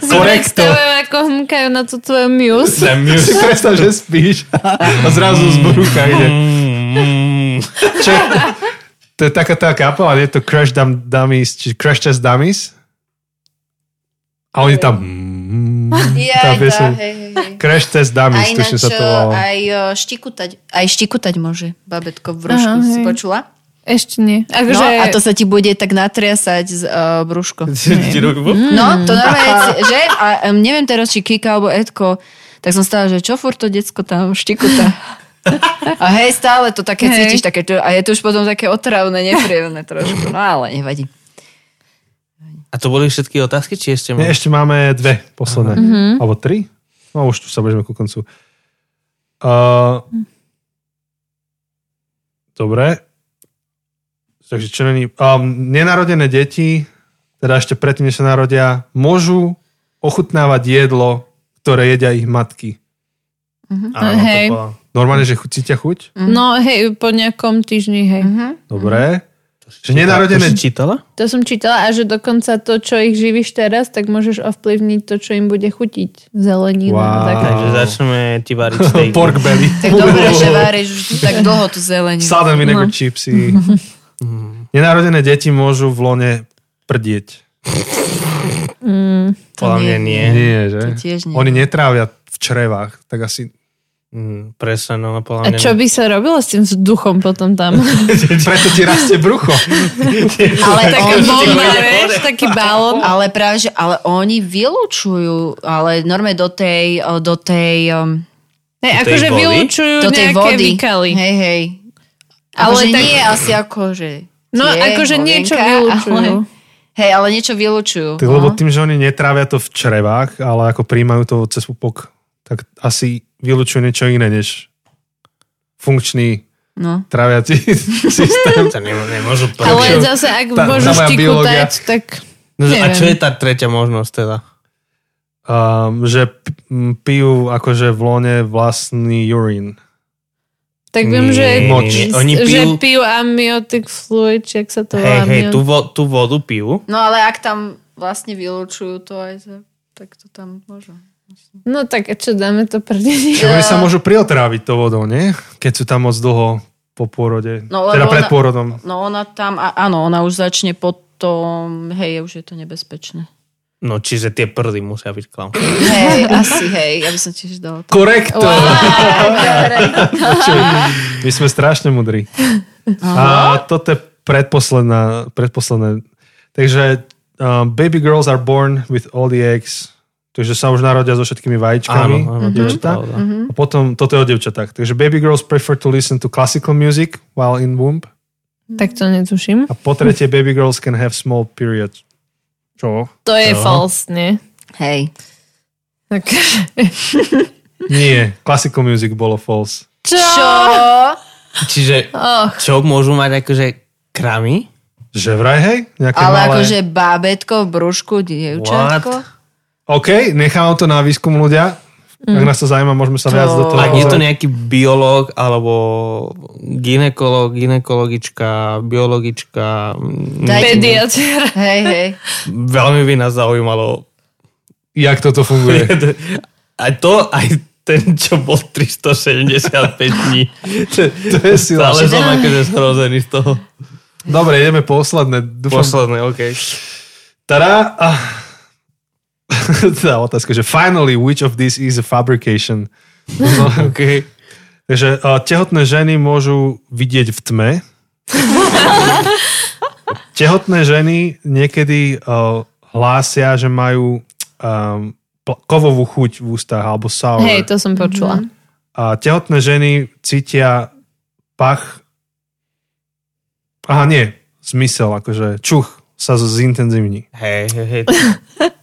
Predstavujem, ako hmkajú na tú tvoju muse. ten Si music. predstav, že spíš a zrazu z brucha ide. Mm, Čo je, to je taká tá kapela, nie je to Crash Dam Dummies, či Crash Test Dummies. A oni tam... Ja, tá tá, pieseň. hej, hej, hej. Crash Test A Dummies, ináč tuším sa to volalo. aj e, štikutať, aj štikutať môže babetko v brúšku, Aha, si hej. počula? Ešte nie. No, Akože... a to sa ti bude tak natriasať z uh, brúško. ti ruku- No, to normálne, že? A um, neviem teraz, či Kika alebo Edko, tak som stále, že čo furt to decko tam štikuta. A hej, stále to také Hej. hej. cítiš, také, to- a je to už potom také otravné, nepríjemné trošku, no ale nevadí. A to boli všetky otázky, či ešte mám? Nie, ešte máme dve posledné. Mhm. Alebo tri? No už tu sa bežíme ku koncu. Uh, dobre. Takže čo není... Um, nenarodené deti, teda ešte predtým, než sa narodia, môžu ochutnávať jedlo, ktoré jedia ich matky. Áno, to Hej. bola- Normálne, že chu- cítia chuť? Mm. No hej, po nejakom týždni, hej. Dobre. To Že nenarodené... si čítala? To som čítala a že dokonca to, čo ich živíš teraz, tak môžeš ovplyvniť to, čo im bude chutiť. Zelenina. Wow. Tak. Takže začneme ti variť steak. Pork belly. Tak dobre, že váriš už tak dlho tú zeleninu. Salt and Mm. vinegar chipsy. Mm. Nenarodené deti môžu v lone prdieť. Podľa mňa nie. Nie, že? To tiež nie. Oni netrávia v črevách, tak asi... Mm, Presne, no a podľa A mňa... čo by sa robilo s tým vzduchom potom tam? Preto ti rastie brucho. Ale, Taká oni- bomba, vieš, taký balón. ale práve, že ale oni vylúčujú, ale normálne do tej, o, do tej, um, Hej, tej akože vody? vylúčujú do tej nejaké vody. výkaly. Hej, hej. Ale Ale akože tak- nie asi ako, že... No, tie, akože novinka, niečo vylúčujú. Ale, hej, ale niečo No. vylúčujú. Ty, lebo tým, že oni netrávia to v črevách, ale ako príjmajú to cez pupok, tak asi vylučujú niečo iné, než funkčný No. tráviaci systém. To ne- nemôžu Ale prečo. zase, ak Akože Tá- môžu tá moja biológia. štikutať, tak... No, že- a neviem. čo je tá tretia možnosť teda? Um, že p- m, pijú akože v lone vlastný urín. Tak viem, že, Nie, nie, nie. Mm, Oni že pijú- pijú amniotic fluid, či ak sa to Hej, volá. hej, amniot- tú, vo, tú vodu pijú. no ale ak tam vlastne vylúčujú to aj, za, tak to tam môžu. No tak a čo, dáme to prdenie? Čiže oni sa môžu priotráviť to vodou, nie? Keď sú tam moc dlho po pôrode. No, teda lebo pred ona- pôrodom. No ona tam, a, áno, ona už začne potom, hej, už je to nebezpečné. No, čiže tie prdy musia byť klam. Hej, asi, hej, ja by som tiež dala to. Korekto. Wow. My sme strašne mudrí. A toto je predposledná, predposledné. Takže uh, baby girls are born with all the eggs. Takže sa už narodia so všetkými vajíčkami. Áno, áno, Mhm. to je dievčatá. pravda. A potom, toto je o devčatách. Takže baby girls prefer to listen to classical music while in womb. Tak to netuším. A po tretie, baby girls can have small period. Čo? To je false, nie? Hej. Tak, Nie, classical music bolo false. čo? Čo? Čiže Och, čo môžu mať akože kramy? Že vraj, hej? Nejaké Ale malé... akože bábetko v brúšku, dievčatko. OK, nechám to na výskum ľudia. Ak Mm. nás to zaujíma, môžeme sa viac do toho Ak je to pozrieť. nejaký biológ alebo ginekolog, ginekologička, biologička, m, Daj- pediatr. Hej, hej. veľmi by nás zaujímalo. Jak toto funguje. Aj to, aj ten, čo bol 375 dní. To, To je sila. ale som akože zhrozený z toho. Dobre, ideme posledné. Dúfam, Posledné, OK. Tada! Ah. tá otázka, že finally, which of these is a fabrication? No, okay. Takže uh, tehotné ženy môžu vidieť v tme. tehotné ženy niekedy uh, hlásia, že majú um, pl- kovovú chuť v ústach alebo sour. Hej, to som počula. A tehotné ženy cítia pach... Aha, nie. Zmysel, akože čuch sa zintenzívni. Hej, hej, hej.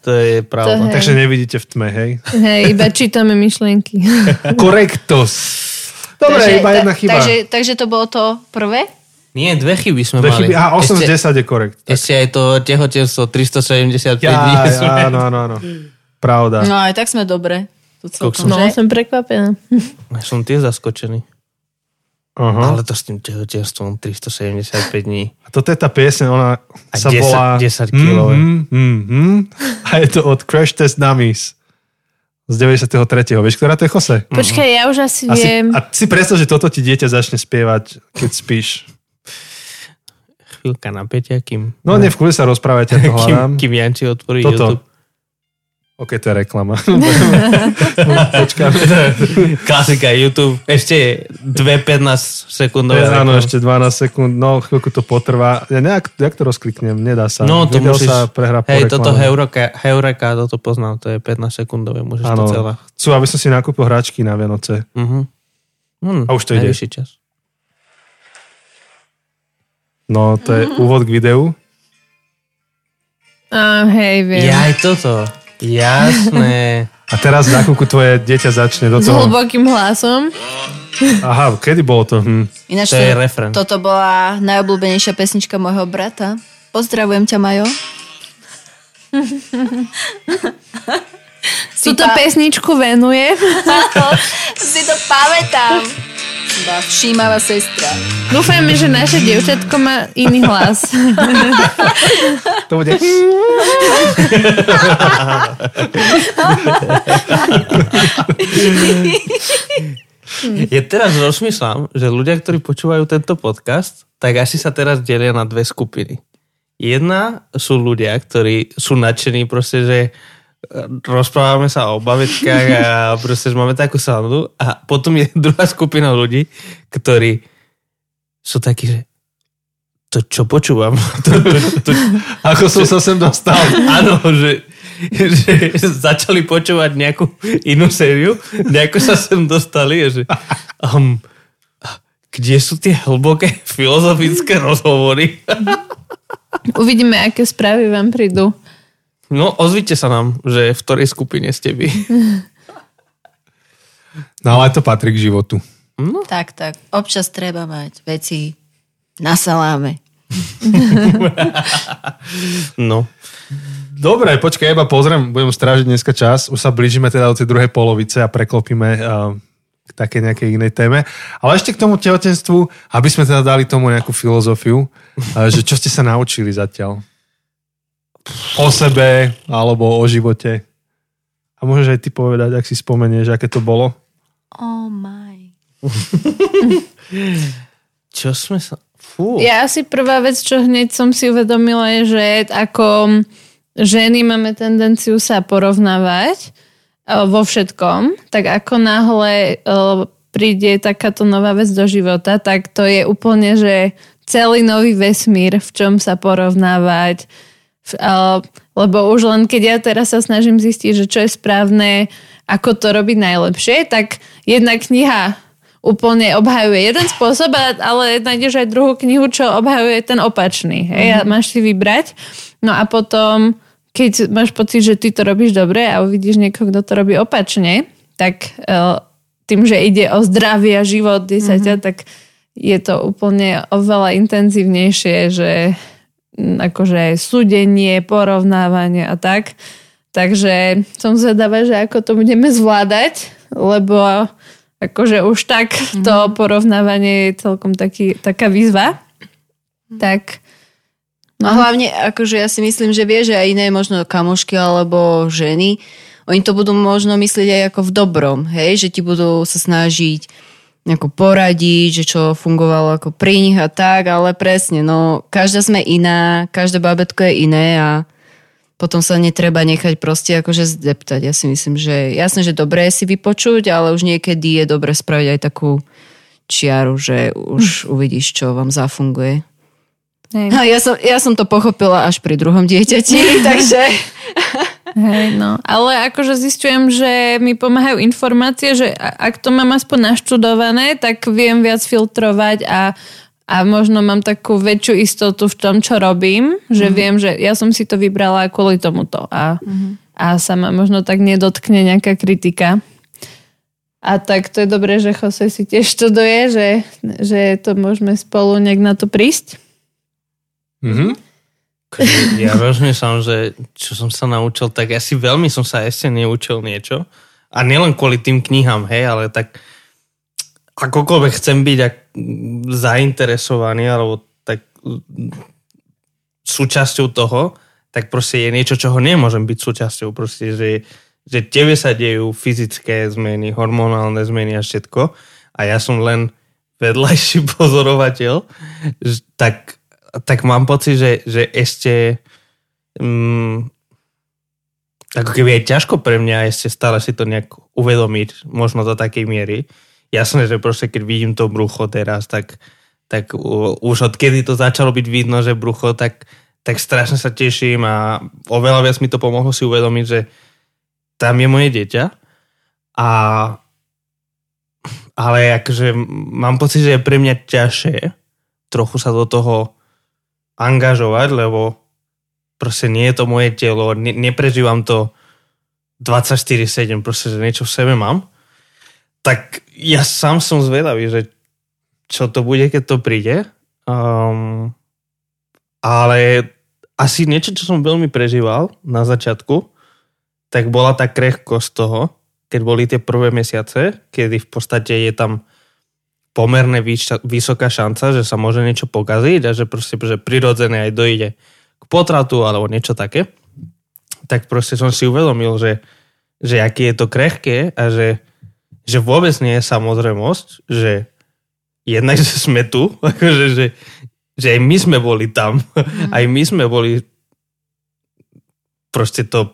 To je To pravda. je- Takže nevidíte v tme, hej? Hej, iba čítame myšlienky. Korektos. Dobre, takže, iba jedna chyba. Takže, takže to bolo to prvé? Nie, dve chyby sme Dve mali. chyby. Aha, 8 z ešte, 10 je korekt. ešte aj to tehotenstvo 375 Ja, dní. sme- ja, áno, áno, áno. Pravda. No aj tak sme dobre. Tu celkom, No, že? som prekvapená. Ja som tiež zaskočený. Aha. Ale to s tým tehotenstvom 375 dní. A toto je tá pieseň, ona A sa 10 volá... 10 kilové. mm-hmm. A je to od Crash Test Dummies z 93. Vieš, ktorá to je Jose? Počkaj, ja už asi, A si, viem. a si predstav, že toto ti dieťa začne spievať, keď spíš. Chvíľka napätia, kým... No ne, v kľude sa rozprávajte, ja to kým, hľadám. kým Janči otvorí Toto. YouTube. OK, to je reklama. Počkáme. Klasika YouTube. Ešte 2-15 sekundové. Ja, áno, reklamy. ešte 12 sekúnd, no chvíľku to potrvá. Ja nejak, jak to rozkliknem, nedá sa. No, to Video musíš... sa prehrá po Hej, reklame. toto Heureka, Heureka, toto poznám, to je 15 sekundové, môžeš to Áno, celé. chcú, aby som si nakúpil hračky na Vianoce. Mhm. Hm, A už to ide. najvyšší čas. No, to je úvod k videu. A, hej, viem. Ja aj toto. Jasné. A teraz za chvíľku tvoje dieťa začne do S toho. hlbokým hlasom. Aha, kedy bolo to? Hm. Ináč To je refrén. toto bola najobľúbenejšia pesnička môjho brata. Pozdravujem ťa, Majo. Túto pesničku venujem. si to pamätám. Iba všímavá sestra. Dúfajme, že naše dievčatko má iný hlas. To bude... Ja teraz rozmýšľam, že ľudia, ktorí počúvajú tento podcast, tak asi sa teraz delia na dve skupiny. Jedna sú ľudia, ktorí sú nadšení proste, že e, rozprávame sa o bavetkách a proste, že máme takú sandu. A potom je druhá skupina ľudí, ktorí sú takí, že to čo počúvam? To, to, to, Ako som sa sem dostal? Áno, že, že začali počúvať nejakú inú sériu, nejako sa sem dostali, a že um, kde sú tie hlboké filozofické rozhovory? Uvidíme, aké správy vám prídu. No, ozvite sa nám, že v ktorej skupine ste vy. No ale to patrí k životu. Tak, tak. Občas treba mať veci na saláme. No, Dobre, počkaj, iba pozriem, budem strážiť dneska čas. Už sa blížime teda do tej druhej polovice a preklopíme uh, k takej nejakej inej téme. Ale ešte k tomu tehotenstvu, aby sme teda dali tomu nejakú filozofiu, uh, že čo ste sa naučili zatiaľ? O sebe, alebo o živote. A môžeš aj ty povedať, ak si spomenieš, aké to bolo? Oh my. čo sme sa... Fú, Ja asi prvá vec, čo hneď som si uvedomila, je, že ako ženy máme tendenciu sa porovnávať e, vo všetkom, tak ako náhle e, príde takáto nová vec do života, tak to je úplne, že celý nový vesmír, v čom sa porovnávať, v- a- lebo už len keď ja teraz sa snažím zistiť, že čo je správne, ako to robiť najlepšie, tak jedna kniha úplne obhajuje jeden spôsob, a- ale nájdeš aj druhú knihu, čo obhajuje ten opačný. Hej? A máš si vybrať. No a potom, keď máš pocit, že ty to robíš dobre a uvidíš niekoho, kto to robí opačne, tak e, tým, že ide o zdravie a život desaťa, tak je to úplne oveľa intenzívnejšie, že mm, akože súdenie, porovnávanie a tak. Takže som zvedavá, že ako to budeme zvládať, lebo akože už tak to porovnávanie je celkom taký, taká výzva. Tak No hlavne, akože ja si myslím, že vie, že aj iné možno kamošky alebo ženy oni to budú možno myslieť aj ako v dobrom, hej, že ti budú sa snažiť nejako poradiť, že čo fungovalo ako pri nich a tak, ale presne, no každá sme iná, každé babetko je iné a potom sa netreba nechať proste akože zdeptať. Ja si myslím, že jasné, že dobré je si vypočuť, ale už niekedy je dobre spraviť aj takú čiaru, že už uvidíš, čo vám zafunguje. Hej, A ja, som, ja som to pochopila až pri druhom dieťati, takže... hej, no. Ale akože zistujem, že mi pomáhajú informácie, že a- ak to mám aspoň naštudované, tak viem viac filtrovať a, a možno mám takú väčšiu istotu v tom, čo robím, Mhm. že viem, že ja som si to vybrala kvôli tomuto a, Mhm. a sa ma možno tak nedotkne nejaká kritika. A tak to je dobré, že Jose si tiež študuje, že, že to môžeme spolu nejak na to prísť. Mhm. Ja rozmýšľam, že čo som sa naučil, tak asi veľmi som sa ešte neučil niečo. A nielen kvôli tým knihám, hej, ale tak akokoľvek chcem byť ak, zainteresovaný, alebo tak mm, súčasťou toho, tak proste je niečo, čoho nemôžem byť súčasťou. Proste, že, že tebe sa dejú fyzické zmeny, hormonálne zmeny a všetko. A ja som len vedľajší pozorovateľ, že tak, tak mám pocit, že, že ešte um, ako keby je ťažko pre mňa ešte stále si to nejak uvedomiť, možno do takej miery. Jasné, že proste keď vidím to brucho teraz, tak, tak u- už odkedy to začalo byť vidno, že brucho, tak, tak strašne sa teším a oveľa viac mi to pomohlo si uvedomiť, že tam je moje dieťa a ale akože mám pocit, že je pre mňa ťažšie trochu sa do toho angažovať, lebo proste nie je to moje telo, ne, neprežívam to 24-7, proste, že niečo v sebe mám, tak ja sám som zvedavý, že čo to bude, keď to príde. Um, ale asi niečo, čo som veľmi prežíval na začiatku, tak bola tá krehkosť toho, keď boli tie prvé mesiace, kedy v podstate je tam pomerne výša- vysoká šanca, že sa môže niečo pokaziť a že proste že prirodzene aj dojde k potratu alebo niečo také, tak proste som si uvedomil, že, že aký je to krehké a že, že vôbec nie je samozrejmosť, že jednak, že sme tu, akože, že, že aj my sme boli tam, aj my sme boli proste to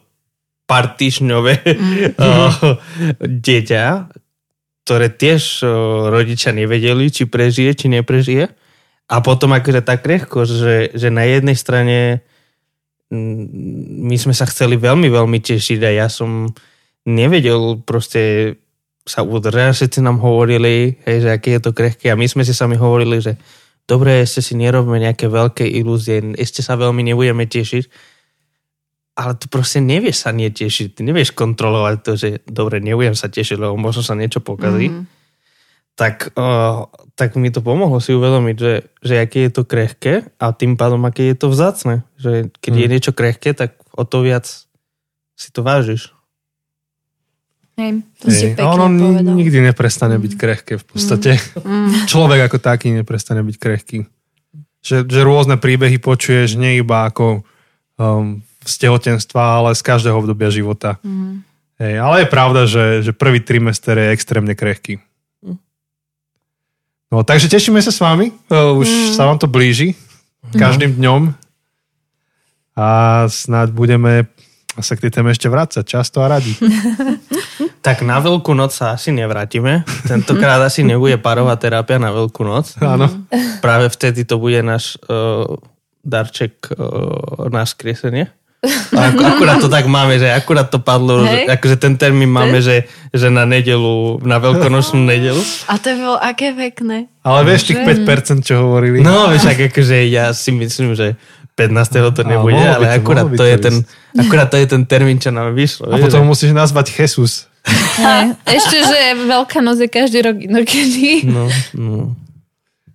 partišňové uh, dieťa, ktoré tiež uh, rodičia nevedeli, či prežije, či neprežije. A potom akože tá krehkosť, že, že na jednej strane mm, my sme sa chceli veľmi, veľmi tešiť a ja som nevedel proste sa udržať, všetci nám hovorili, hej, že aké je to krehké a my sme si sami hovorili, že dobre, ešte si nerobme nejaké veľké ilúzie, ešte sa veľmi nebudeme tešiť ale tu proste nevieš sa netešiť, ty nevieš kontrolovať to, že dobre, nebudem sa tešiť, lebo možno sa niečo pokazí, Mhm. mm. tak, uh, tak mi to pomohlo si uvedomiť, že, že aké je to krehké a tým pádom aké je to vzácne. Že keď mm. je niečo krehké, tak o to viac si to vážiš. Hej. To si Hej. A pekne ono ni- povedal. Mm. nikdy neprestane byť krehké v podstate. Človek ako taký neprestane byť krehký. Že, že rôzne príbehy počuješ nie iba ako um, z tehotenstva, ale z každého obdobia života. Mm. Hej, ale je pravda, že, že prvý trimester je extrémne krehký. Mm. No, takže tešíme sa s vami. Uh, Už Mm. sa vám to blíži. No. Každým dňom. A snáď budeme sa k tej téme ešte vrácať často a radi. Tak na veľkú noc sa asi nevrátime. Tentokrát asi nebude parová terapia na veľkú noc. Áno. Práve vtedy to bude náš uh, darček uh, na skriesenie. A ak, akurát to tak máme, že akurát to padlo, že, Hej. akože ten termín máme, že, že na nedelu, na veľkonočnú nedelu. A to bolo aké pekné. Ale vieš tých 5%, čo hovorili? No, však akože ja si myslím, že 15. to A nebude, mohlo by to, ale akurát mohlo by to, to je ten, akurát to je ten termín, čo nám vyšlo. A vieš, potom že- musíš nazvať Jesus. Hej. Ešte, že Veľká noc je každý rok inokedy. No, no.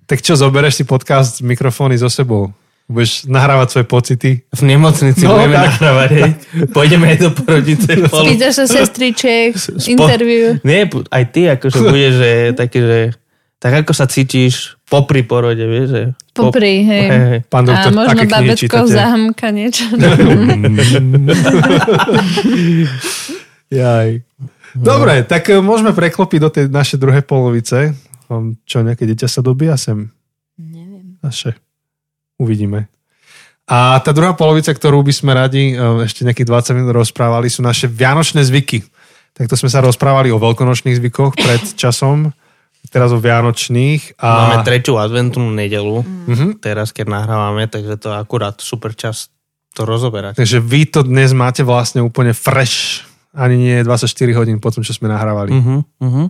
Tak čo, zoberieš si podcast mikrofóny so sebou? Budeš nahrávať svoje pocity? V nemocnici No, budeme tak. nahrávať, hej. Pôjdeme aj do porodice. spolu. Pýtaš sa sestriček, Spo- interviu. Nie, pu- aj ty akože bude, že taký, že tak ako sa cítiš popri porode, vieš, že... po- Popri, hej. Hej, hej. Pán A doktor, možno aké knihy babetko čítate? zahamka niečo. Jaj. Dobre, tak e, môžeme preklopiť do tej našej druhej polovice. Mám Čo, nejaké dieťa sa dobíja sem? Neviem. Naše. Uvidíme. A tá druhá polovica, ktorú by sme radi e, ešte nejakých 20 minút rozprávali, sú naše vianočné zvyky. Takto sme sa rozprávali o veľkonočných zvykoch pred časom, teraz o vianočných. A... Máme tretiu adventnú nedelu, mm-hmm. teraz keď nahrávame, takže to je akurát super čas to rozoberať. Takže vy to dnes máte vlastne úplne fresh. Ani nie 24 hodín po tom, čo sme nahrávali. Mm. Uh-huh, uh-huh.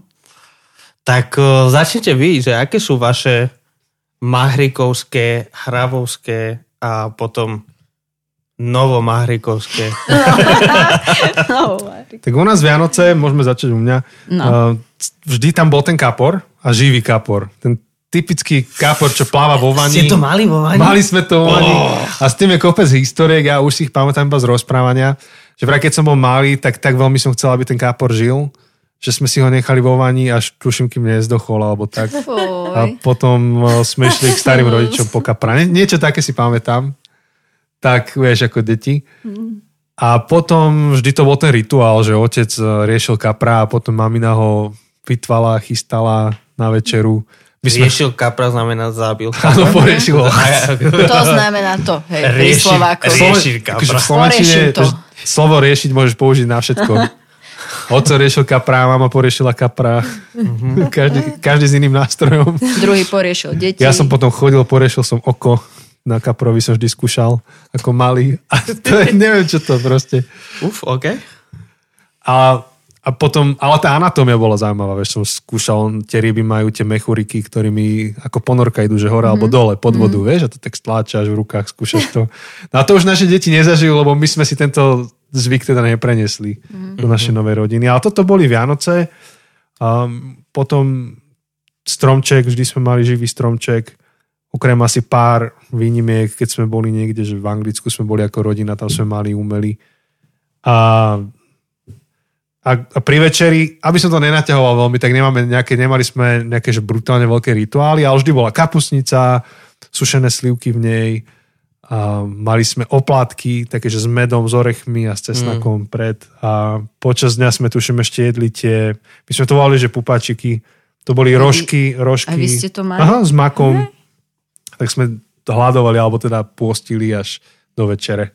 Tak uh, začnite vy, že aké sú vaše mahrikovské, hravovské a potom novomahrikovské. No, Tak u nás Vianoce, môžeme začať u mňa, No. uh, vždy tam bol ten kapor a živý kapor. Ten typický kapor, čo pláva vo vani. Ste to mali vo vani? Mali sme to oni. A s tým je kopec historiek, ja už si ich pamätám iba z rozprávania, že vraj keď som bol malý, tak tak veľmi som chcel, aby ten kápor žil, že sme si ho nechali vo vani, až tuším, kým nezdochol, alebo tak. A Fuj. potom eh, sme išli k starým rodičom po kapra. Nie, niečo také si pamätám. Tak, vieš, ako deti. A potom vždy to bol ten rituál, že otec eh, riešil kapra a potom mamina ho vytvala, chystala na večeru. My sme Riešil kapra znamená zabil. Áno, poriešil ho. To znamená to, hej, pri Rieši- Slovákovi. rieši- Slovo- kapra. akože v Slovenčine Porešil to. slovo riešiť môžeš použiť na všetko. Oco riešil kapra, mama poriešila kapra. Každý, každý s iným nástrojom. Druhý poriešil deti. Ja som potom chodil, porešil som oko. Na kaprovi som vždy skúšal, ako malý. A to je, neviem, čo to proste. Uf, OK. A, a potom, ale tá anatómia bola zaujímavá, vieš, som skúšal, tie ryby majú tie mechuriky, ktorými ako ponorka idú, že hore mm-hmm. alebo dole, pod vodu, mm-hmm. vieš, a to tak stláčaš v rukách, skúšaš to. No a to už naše deti nezažijú, lebo my sme si tento zvyk teda nepreniesli mm-hmm. do našej novej rodiny. Ale toto boli Vianoce, um, potom stromček, vždy sme mali živý stromček, okrem asi pár výnimiek, keď sme boli niekde, že v Anglicku sme boli ako rodina, tam sme mali umeli. A a, a pri večeri, aby som to nenaťahoval veľmi, tak nemáme nejaké, nemali sme nejaké že brutálne veľké rituály, ale vždy bola kapusnica, sušené slivky v nej, a mali sme oplátky, také, že s medom, s orechmi a s cesnakom mm. pred. A počas dňa sme tuším ešte jedli tie, my sme to volali, že pupačiky, to boli vy- rožky, rožky. aj vy ste to mali? Aha, s makom. Tak sme hľadovali, alebo teda pôstili až do večere.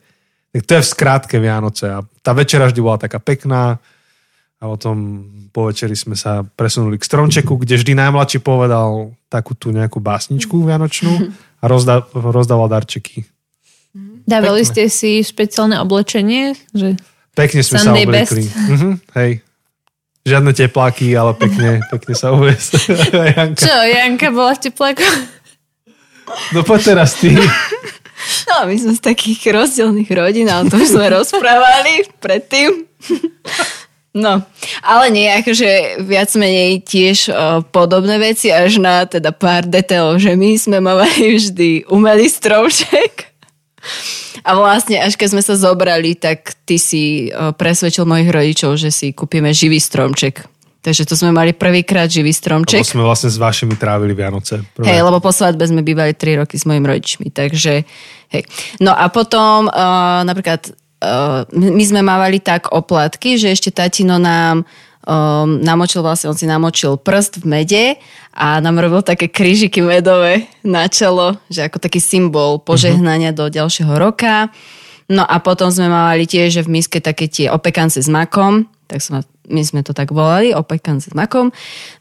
Tak to je v skrátke Vianoce. A tá večera vždy bola taká pekná, a potom po večeri sme sa presunuli k stromčeku, kde vždy najmladší povedal takú tú nejakú básničku vianočnú a rozda- rozdával darčeky. Dávali ste si špeciálne oblečenie? Že... Pekne sme sa Sunday obliekli. best. Mhm, hej. Žiadne tepláky, ale pekne, pekne sa obliekli. Janka, Čo, Janka bola v tepláku? no poď teraz ty. No, my sme z takých rozdielných rodín, ale to už sme rozprávali predtým. No, ale nie, akože viac menej tiež o, podobné veci, až na teda pár detailov, že my sme mali vždy umelý stromček. A vlastne, až keď sme sa zobrali, tak ty si o, presvedčil mojich rodičov, že si kúpime živý stromček. Takže to sme mali prvýkrát Lebo živý stromček. sme vlastne s vašimi trávili Vianoce. Prvé. Hej, lebo po svadbe sme bývali 3 roky s mojimi rodičmi, takže hej. No a potom uh, napríklad uh, my sme mávali tak oplatky, že ešte tatino nám um, namočil vlastne, on si namočil prst v mede a nám robil také krížiky medové na čelo, že ako taký symbol požehnania do ďalšieho roka. No a potom sme mávali tiež že v miske také tie opekance s makom, tak som, my sme to tak volali, opekance s makom.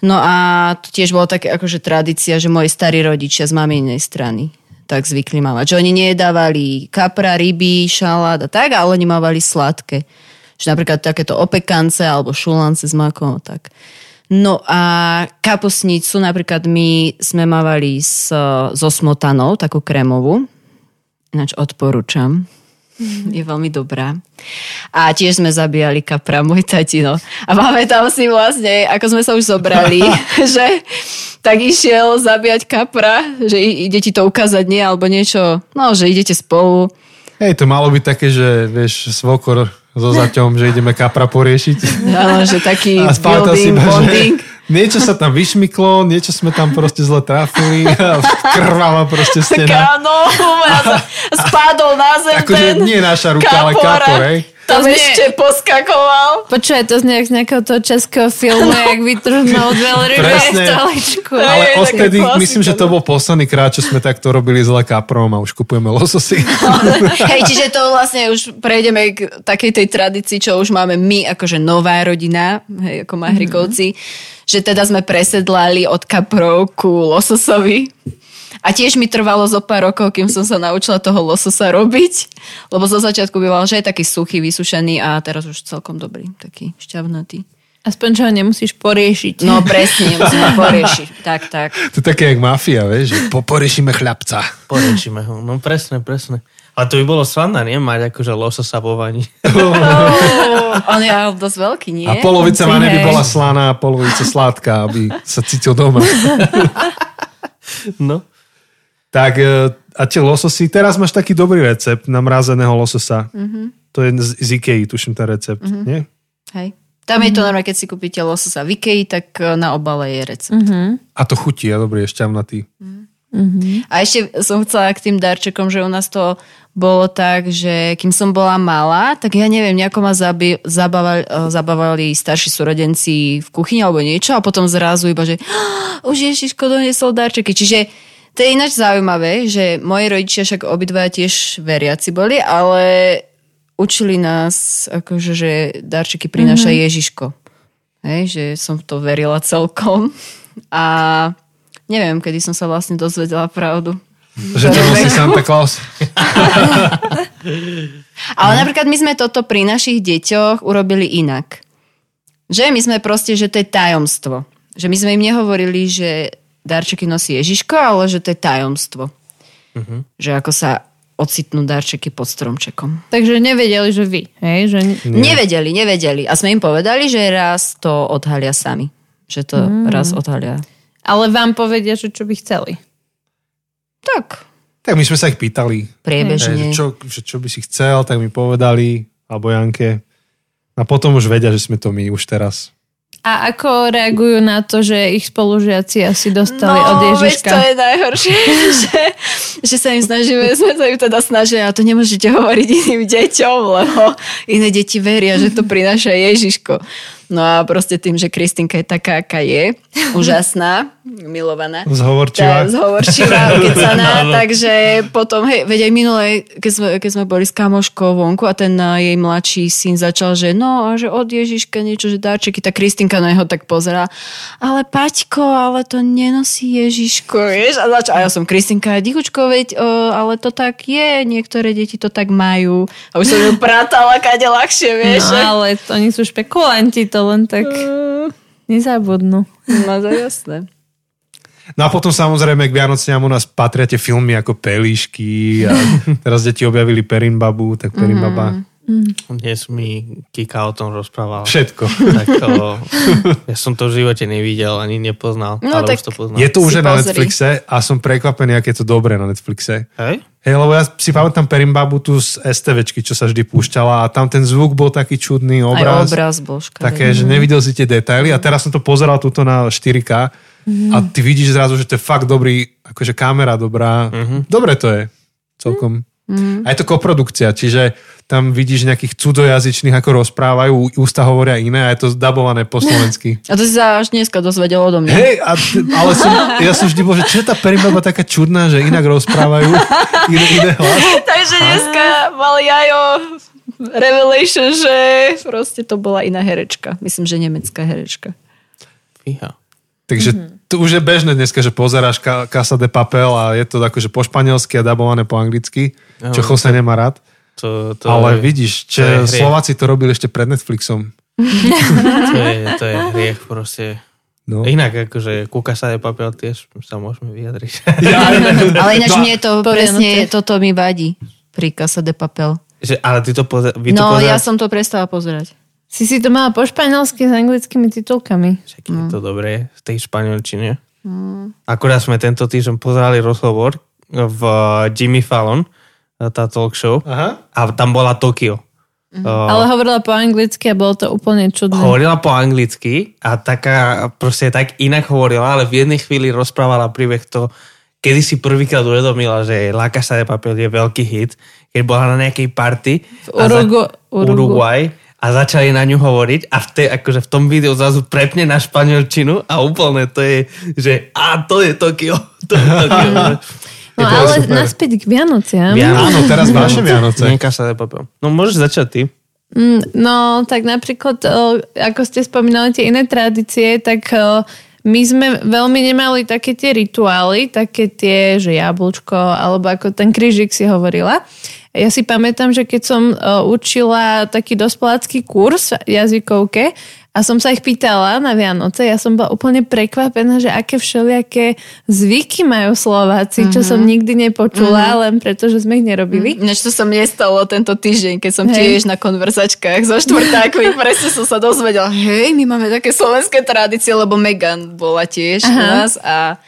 No a to tiež bolo také akože tradícia, že moji starí rodičia z maminej strany tak zvykli mávať. Že oni nedávali kapra, ryby, šalát a tak, ale oni mávali sladké. Že napríklad takéto opekance alebo šulance s makom a tak. No a kapusnicu napríklad my sme mávali s, so smotanou, takú krémovú. Ináč odporúčam. Mhm. Je veľmi dobrá. A tiež sme zabíjali kapra, môj tatino. A máme tam si vlastne, ako sme sa už zobrali, že tak išiel zabíjať kapra, že i- ide ti to ukázať, nie, alebo niečo, no, že idete spolu. Hej, to malo byť také, že vieš, svokor so zaťom, že ideme kapra poriešiť. Áno, že taký A spátal si iba, building, bonding. že niečo sa tam vyšmyklo, niečo sme tam proste zle trafili a krvava proste stena. Káno, no, spadol na zem Akože ten nie naša ruka, ale kapor a kapor, hej. Tam znie- ešte poskakoval. Počúvaj, to znie jak z nejakého toho českého filmu, jak vytržnú od veľrybe Presne. stoličku. Ale je také no. odtedy, klasika, myslím, že to bol posledný krát, čo sme takto robili s lekaprom a už kupujeme lososy. Hej, čiže to vlastne už prejdeme k takej tej tradícii, čo už máme my, akože nová rodina, hej, ako Mhm. Mahrikovci, že teda sme presedlali od kaprov ku lososovi. A tiež mi trvalo zo pár rokov, kým som sa naučila toho lososa robiť, lebo zo začiatku býval, že je taký suchý, vysušený a teraz už celkom dobrý, taký šťavnatý. Aspoň čo ho nemusíš poriešiť. No presne, musíme poriešiť. Tak, tak. to je také jak mafia, vieš, že po- porešíme chlapca. Porečíme ho. No presne, presne. Ale to by bolo svanné, nie? Mať akože lososa vo vani. On je ale dosť veľký, nie? A polovica Hej. mane by bola slaná a polovica sladká, aby sa cítil doma. No. Tak e, a tie lososy, teraz máš taký dobrý recept na mrazeného lososa. Mm-hmm. To je z, z Ikei, tuším ten recept, mm-hmm. nie? Hej. Tam je to normálne, keď si kúpite lososa v Ikei, tak eh, na obale je recept. A to chutí, a dobrý, je šťavnatý. A ešte som chcela k tým darčekom, že u nás to bolo tak, že kým som bola malá, tak ja neviem, nejako ma zabi- zabavali, zabavali starší súrodenci v kuchyni alebo niečo a potom zrazu iba, že "Ah, už Ježiško doniesol darčeky. Čiže to je ináč zaujímavé, že moji rodičia však obidva tiež veriaci boli, ale učili nás, akože, že darčeky prináša mm-hmm. Ježiško. Hej, že som v to verila celkom. A neviem, kedy som sa vlastne dozvedela pravdu. Mhm. Že to nosí Santa Claus. Mhm. Ale napríklad my sme toto pri našich deťoch urobili inak. Že my sme proste, že to je tajomstvo. Že my sme im nehovorili, že darčeky nosí Ježiško, ale že to je tajomstvo. Mhm. Uh-huh. Že ako sa ocitnú darčeky pod stromčekom. Takže nevedeli, že vy. Hej, že... Nie. Nevedeli, nevedeli. A sme im povedali, že raz to odhalia sami. Že to Mhm. mm. raz odhalia. Ale vám povedia, že čo by chceli. Tak, Tak my sme sa ich pýtali, že, priebežne. čo, že čo by si chcel, tak mi povedali, alebo Janke. A potom už vedia, že sme to my už teraz. A ako reagujú na to, že ich spolužiaci asi dostali od Ježiška? Veď No, to je najhoršie, že, že sa im snažíme, sme sa im teda snažili a to nemôžete hovoriť iným deťom, lebo iné deti veria, že to prináša Ježiško. No a proste tým, že Kristinka je taká, aká je, úžasná, milovaná. Zhovorčivá. Tá zhovorčivá, ukecaná, takže potom, hej, veď aj minule, keď sme, keď sme boli s kamoškou vonku a ten a, jej mladší syn začal, že no a že od Ježiška niečo, že dáčeky, tá Kristinka na jeho tak pozerá, ale Paťko, ale to nenosí Ježiško, vieš, a, zač- a ja som Kristinka, dichučko, veď, o, ale to tak je, niektoré deti to tak majú a už som ju pratala, kade ľahšie, vieš. No, ale to, oni sú špekulanti, to len tak Mm. nezabudnú. No, to je jasné. No a potom samozrejme k Vianociam u nás patria tie filmy ako Pelíšky a teraz deti objavili Perinbabu, tak Perinbaba. Dnes mi Kika o tom rozprávala. Všetko. Tak to, ja som to v živote nevidel, ani nepoznal. No, ale tak- už to poznal. Je to Si už aj na pozri. Netflixe a som prekvapený, aké je to dobré na Netflixe. Hej? Hej, lebo ja si pamätám Perimbabu tu z STVčky, čo sa vždy púšťala a tam ten zvuk bol taký čudný, Aj obraz. obraz mm-hmm. bol škaredý. Také, že nevidel si tie detaily a teraz som to pozeral túto na 4K Mm-hmm. a ty vidíš zrazu, že to je fakt dobrý, akože kamera dobrá. Dobre to je, celkom. A Mm-hmm. je to koprodukcia, čiže tam vidíš nejakých cudojazyčných, ako rozprávajú, ústa hovoria iné a je to zdabované po slovensky. A to si sa až dneska dozvedel odo mňa. Hej, a, t- ale som, ja som vždy bol, že čo je tá perimbaba taká čudná, že inak rozprávajú, iné, iné hlas. Takže dneska mal Jajo revelation, že proste to bola iná herečka. Myslím, že nemecká herečka. Fíha. Takže to už je bežné dneska, že pozeráš Ka- Casa de Papel a je to akože po španielsky a dabované po anglicky, čo Jose nemá rád. To, to Ale je, vidíš, to je že hriech. Slováci to robili ešte pred Netflixom. To je, to je hriech proste. No. Inak akože kúka sa je papier, tiež sa môžeme vyjadriť. Ale ináč mne to Povedané presne, toto mi vadí pri Casa de Papel. Že, ale ty to poze- vy to No, pozeráte, ja som to prestala pozerať. Si si to mala po španielsky s anglickými titulkami. však je Mm. to dobré v tej španielčine. Akurát sme tento týždeň pozerali rozhovor v eh, Jimmy Fallon, eh, tá talk show, Aha. a tam bola Tokio. Uh, Ale hovorila po anglicky a bolo to úplne čudné. hovorila po anglicky a taká, proste tak inak hovorila, ale v jednej chvíli rozprávala príbeh to, kedy si prvýkrát uvedomila, že La Casa de Papel je veľký hit, keď bola na nejakej party. V Urugu- Urugu. Uruguay a začali na ňu hovoriť a v, tej, akože v tom videu zrazu prepne na španielčinu a úplne to je, že a to je Tokio. To je Tokio. to No Oh, je ale super. naspäť k Vianociam. Vianoce. Áno, teraz vaše Vianoce. Nenka sa nepopil. No môžeš začať ty. Mm, No, tak napríklad, o, ako ste spomínali tie iné tradície, tak o, my sme veľmi nemali také tie rituály, také tie, že jablčko, alebo ako ten kryžik si hovorila. Ja si pamätám, že keď som o, učila taký dospelácky kurz v jazykovke a som sa ich pýtala na Vianoce, ja som bola úplne prekvapená, že aké všelijaké zvyky majú Slováci, čo som nikdy nepočula, len preto, že sme ich nerobili. Ináč to sa mne stalo tento týždeň, keď som Hej. tiež na konverzačkách so štvrtákmi, presne som sa dozvedela, hej, my máme také slovenské tradície, lebo Megan bola tiež u nás a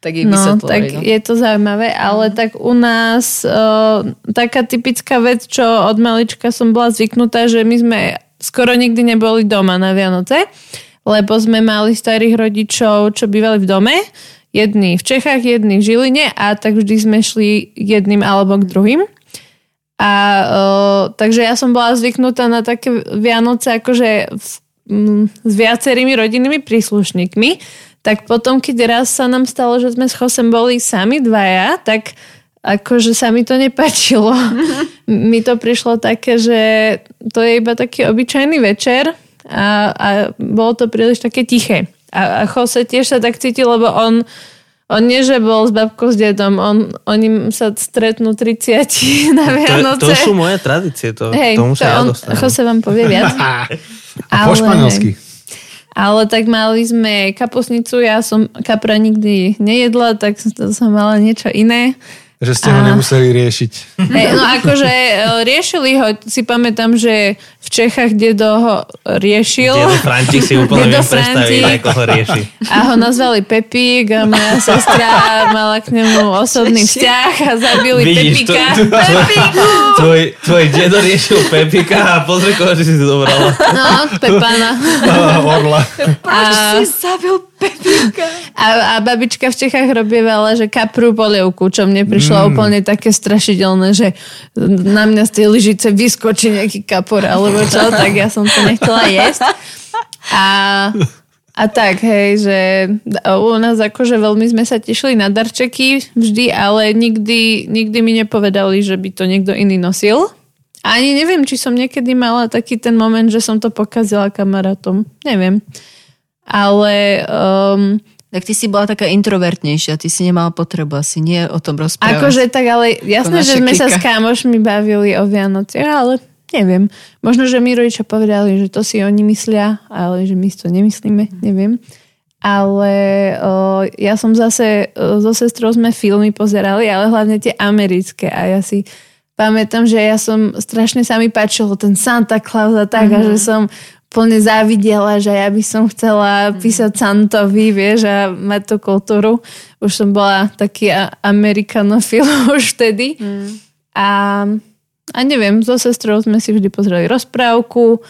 tak jej No, vysvetlili. tak no. Mhm. je to zaujímavé, ale tak u nás uh, taká typická vec, čo od malička som bola zvyknutá, že my sme skoro nikdy neboli doma na Vianoce, lebo sme mali starých rodičov, čo bývali v dome, jedni v Čechách, jedni v Žiline a tak vždy sme šli k jedným alebo k druhým. A o, takže ja som bola zvyknutá na také Vianoce akože v, mm, s viacerými rodinnými príslušníkmi. Tak potom, keď raz sa nám stalo, že sme s Chosem boli sami dvaja, tak akože sa mi to nepačilo. mi to prišlo také, že to je iba taký obyčajný večer a, a bolo to príliš také tiché. A, a Jose tiež sa tak cítil, lebo on on nie, že bol s babkou s dedom, on, oni sa stretnú 30 na Vianoce. To, to sú moje tradície, to, Hej, tomu to sa ja on, dostanem. Ah. Jose vám povie viac. A po španielsky. Ale tak mali sme kapusnicu, ja som kapra nikdy nejedla, tak som- to som mala niečo iné. Že ste ho A- nemuseli riešiť. Hej, no akože e, riešili ho, si pamätám, že v Čechách dedo ho riešil. Dedo František si úplne Dedo viem predstaviť, František. ako ho rieši. A ho nazvali Pepík a moja sestra mala k nemu osobný vzťah a zabili Vidíš, to- Pepíka. to- Tvoj, tvoj dedo riešil Pepika a pozri, koho si si zobrala. No, Pepana. Orla. Prečo si zabil Pepinka? A, a babička v Čechách robievala, že kaprú polievku, čo mne prišlo mm. úplne také strašidelné, že na mňa z tej lyžice vyskočí nejaký kapor alebo čo, tak ja som to nechcela jesť. A, a tak, hej, že u nás akože veľmi sme sa tešili na darčeky vždy, ale nikdy, nikdy mi nepovedali, že by to niekto iný nosil. Ani neviem, či som niekedy mala taký ten moment, že som to pokazila kamarátom. Neviem. Ale um, Tak ty si bola taká introvertnejšia, ty si nemala potrebu asi nie o tom rozprávať. Akože tak, ale jasné, naša že sme sa kika. s kámošmi bavili o Vianoce, ale neviem. Možno, že mi rodičia povedali, že to si oni myslia, ale že my si to nemyslíme, neviem. Ale o, ja som zase, o, so sestrou sme filmy pozerali, ale hlavne tie americké a ja si pamätám, že ja som, strašne sa mi páčilo ten Santa Claus a tak, mm-hmm. a že som plne závidela, že ja by som chcela písať Santovi, vieš, a mať tú kultúru. Už som bola taký a- amerikanofil už vtedy. Mm. A, a neviem, so sestrou sme si vždy pozreli rozprávku.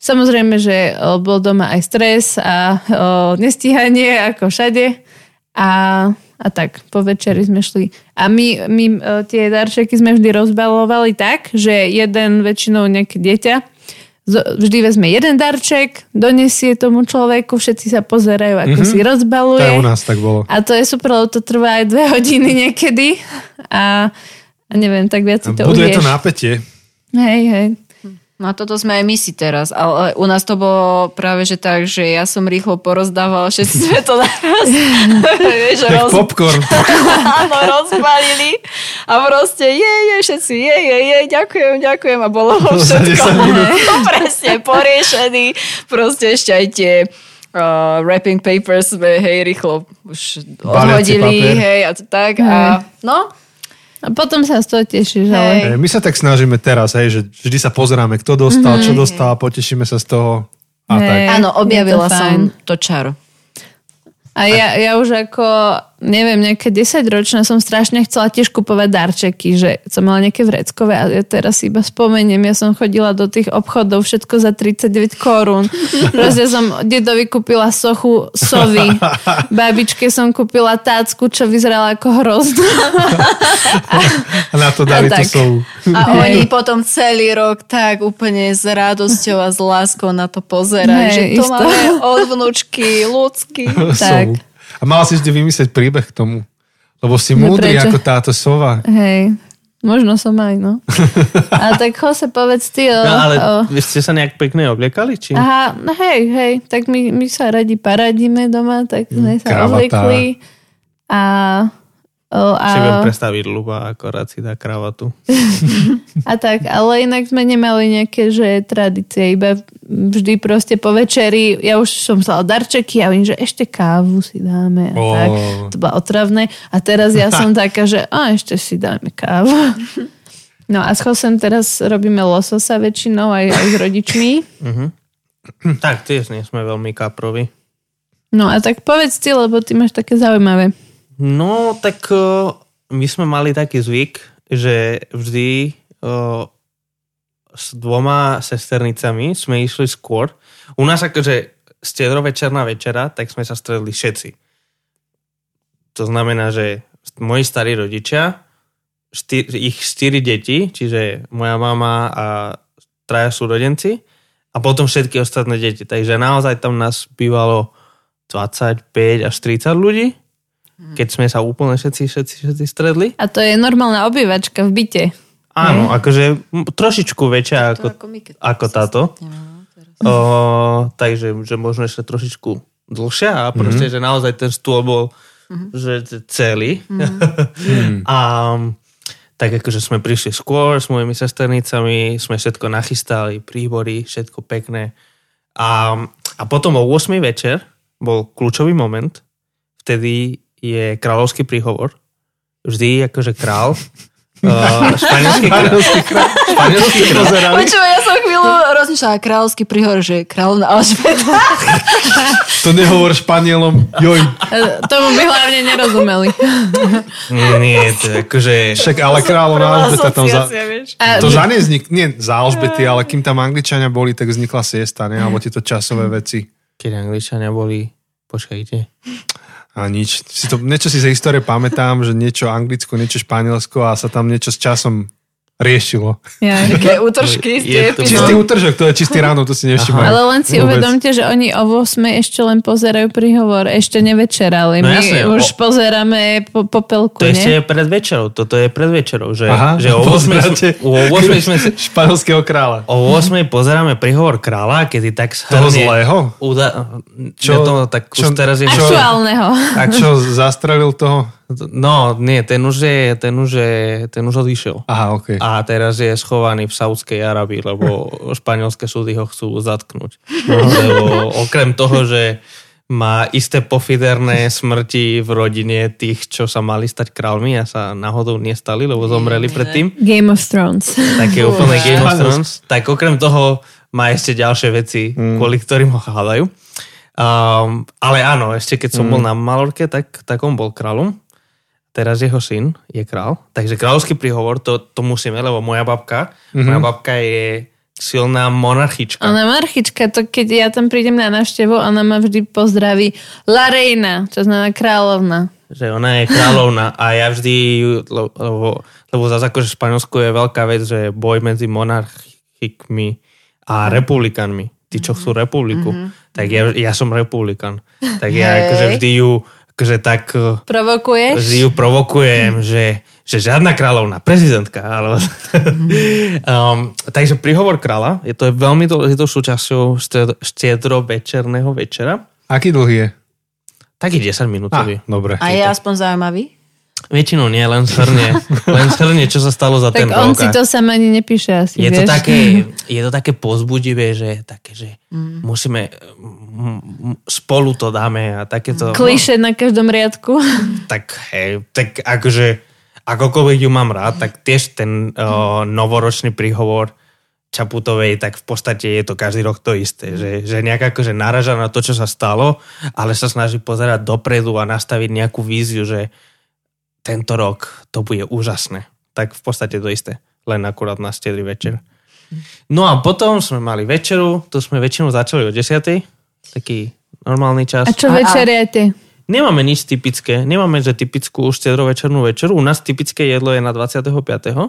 Samozrejme, že o, bol doma aj stres a o, nestíhanie, ako všade. A, a tak, po večeri sme šli. A my, my o, tie darčeky sme vždy rozbalovali tak, že jeden väčšinou nejaké dieťa zo- vždy vezme jeden darček, donesie tomu človeku, všetci sa pozerajú, ako mm-hmm. si Mhm. To rozbaluje. je u nás tak bolo. A to je super, lebo to trvá aj dve hodiny niekedy. A, a neviem, tak viac si to Buduje to uvieš. napätie. Hej, hej. No a toto sme aj my si teraz, ale u nás to bolo práve že tak, že ja som rýchlo porozdávala, všetci sme to naraz vieš, Tak roz... popcorn. áno, rozbalili a proste je, je, všetci je, je, je, ďakujem, ďakujem a bolo ho Za 10 všetko minút. presne poriešený, proste ešte aj tie Uh, wrapping papers sme, hej, rýchlo už Baliaci odhodili, papier. hej, a t- tak, a no, A potom sa z toho tešíš, Hej. ale... Hej, My sa tak snažíme teraz, hej, že vždy sa pozeráme, kto dostal, čo dostal, potešíme sa z toho. A tak. Mhm. Hej. áno, je to objavila fajn. som to čaro. A ja, ja už ako neviem, nejaké 10 ročná som strašne chcela tiež kupovať darčeky, že som mala nejaké vreckové a ja teraz si iba spomeniem, ja som chodila do tých obchodov všetko za 39 korún. Proste som dedovi kúpila sochu sovy, babičke som kúpila tácku, čo vyzerala ako hrozná. A na to dali tú A tak. sovu. A oni potom celý rok tak úplne s radosťou a s láskou na to pozerajú, Hej, že to isto. máme od vnúčky ľudský. sovu. Tak. A mala si vždy vymyslieť príbeh k tomu. Lebo si No múdry prečo? ako táto sova. Hej, možno som aj, no. A tak ho sa povedz ty o... No ale o... vy ste sa nejak pekne obliekali? Či? Oh. Aha, no hej, hej, tak my, my sa radi paradíme doma, tak sme sa kravata. obliekli. A, o, a, Si viem predstaviť Luba, akorát si dá kravatu. a tak, ale inak sme nemali nejaké, že tradície, iba vždy proste po večeri, ja už som sa darčeky a oni, že ešte kávu si dáme a Ó. tak, to bolo otravné. A teraz ja som taká, že a ešte si dáme kávu. No a s Chosem teraz robíme lososa väčšinou aj, aj s rodičmi. Hm, tak tiež nie sme veľmi kaprovi. No a tak povedz ty, lebo ty máš také zaujímavé. No, tak eh, my sme mali taký zvyk, že vždy eh, s dvoma sesternicami sme išli skôr. U nás akože stredovečerná večera, tak sme sa stredli všetci. To znamená, že moji starí rodičia, štyr, ich štyri deti, čiže moja mama a traja súrodenci a potom všetky ostatné deti. Takže naozaj tam nás bývalo 25 až 30 ľudí, keď sme sa úplne všetci, všetci, všetci stredli. A to je normálna obývačka v byte. Áno, akože m- trošičku väčšia ako, my, keď ako sa táto. stretneme, no, teraz. O, takže že možno ešte trošičku dlhšia a proste, mm-hmm. že naozaj ten stôl bol Mhm. mm-hmm. že c- celý. Mm-hmm. a tak akože sme prišli skôr s mojimi sesternicami, sme všetko nachystali, príbory, všetko pekné. A, a potom o 8 večer bol kľúčový moment, vtedy je kráľovský príhovor. Vždy akože král, uh, španielský král, španielský král, Počuva, ja som chvíľu rozmýšľala kráľovský príhor, že kráľovna Alžbeta. To nehovor Španielom. Joj, E, Tomu by hlavne nerozumeli. Nie, to je akože... však ale kráľovná Alžbeta tam za... A To za ne vznik... Nie za Alžbety, ale kým tam Angličania boli, tak vznikla siesta, ne? Alebo tieto časové veci. Keď Angličania boli... Počkajte. A nič. Si to, niečo si z histórie pamätám, že niečo Anglicko, niečo Španielsko a sa tam niečo s časom riešilo. ja. Také útržky z Je tej to- Čistý epizódy. útržok, to je čistý ráno, to si nevšimám. Ale len si uvedomte, že oni o 8 ešte len pozerajú príhovor, ešte nevečerali. No My jasne, o- už pozeráme po, popelku, To ešte nie? je pred večerou, toto je pred večerou, že, Aha, že o 8 sme, o 8 sme si- španielského kráľa. o 8 pozeráme príhovor kráľa, kedy tak Toho shrnie... zlého? Uda, čo, Čo- to, tak už čo- teraz je... čo- Aktuálneho. A čo, zastrelil toho? No, nie, ten už, je, ten, už je, ten už odišiel. Aha, okej. Okay. A teraz je schovaný v Saudskej Arabii, lebo španielské súdy ho chcú zatknúť. Lebo okrem toho, že má isté pofiderné smrti v rodine tých, čo sa mali stať kráľmi a sa náhodou nestali, lebo zomreli predtým. Game of Thrones. Také úplne Fú, Game of španielsk- Thrones. Tak okrem toho má ešte ďalšie veci, kvôli ktorým ho hádajú. Um, ale áno, ešte keď som bol na Malorke, tak, tak on bol kráľom. Teraz jeho syn je král. Takže kráľovský príhovor, to, to musíme, lebo moja babka, mm-hmm. moja babka je silná monarchička. Ona marchička, to keď ja tam prídem na návštevu, ona ma vždy pozdraví La Reina, čo znamená kráľovna. že ona je kráľovna a ja vždy, ju- le- lebo, lebo zase akože v Španielsku je veľká vec, že boj medzi monarchikmi a republikanmi. Tí, čo chcú republiku, tak ja, ja som republikan. Tak ja akože vždy ju akože tak eh, Provokuješ? že ju provokujem, že, že žiadna kráľovná, prezidentka. Alebo... um, takže príhovor kráľa, je to veľmi dôležitou súčasťou štedro- štedrovečerného večera. Aký dlhý je? Taký 10 Ah. minútový. dobre. A je aspoň zaujímavý? Väčšinou nie, len shrnie. len shrnie, čo sa stalo za Tak ten rok. on si a to sám ani nepíše asi, je, to vieš. také, je to také pozbudivé, že, také, že mm. musíme, m, m, spolu to dáme a takéto. Kliše na každom riadku. No, tak, hej, tak akože, akokoľvek ju mám rád, tak tiež ten uh, novoročný príhovor Čaputovej, tak v podstate je to každý rok to isté, že, že nejak akože naraža na to, čo sa stalo, ale sa snaží pozerať dopredu a nastaviť nejakú víziu, že tento rok to bude úžasné. Tak v podstate to isté, len akurát na štedrý večer. No a potom sme mali večeru, to sme väčšinou začali o 10. Taký normálny čas. A čo A- a- večeriate? Nemáme nič typické. Nemáme, že typickú štedrovečernú večeru. U nás typické jedlo je na 25. A...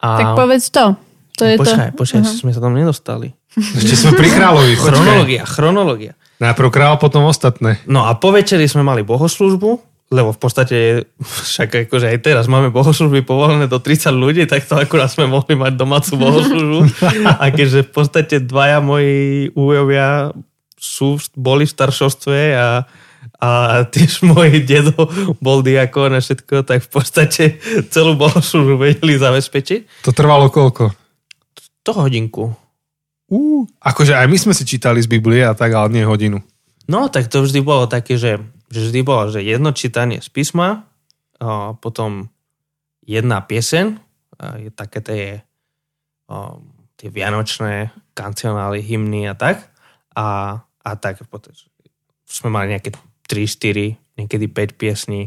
Tak povedz to. To No, Mhm. je počkaj, to. počkaj, uh-huh. sme sa tam nedostali. Ešte sme pri kráľovi. počkaj. Chronológia, chronológia. Najprv kráľ, potom ostatné. No a po večeri sme mali bohoslužbu, lebo v podstate však akože aj teraz máme bohoslužby povolené do 30 ľudí, tak to akurát sme mohli mať domácu bohoslužbu. A keďže v podstate dvaja moji újovia sú, boli v staršovstve a, a tiež môj dedo bol diakon a všetko, tak v podstate celú bohoslužbu vedeli zabezpečiť. To trvalo koľko? To hodinku. Uh, akože aj my sme si čítali z Biblie a tak, ale nie hodinu. No, tak to vždy bolo také, že, že vždy bolo, že jedno čítanie z písma, a potom jedna pieseň, a je také tie, o, tie vianočné kancionály, hymny a tak. A, a tak potom sme mali nejaké 3, 4, niekedy 5 piesní,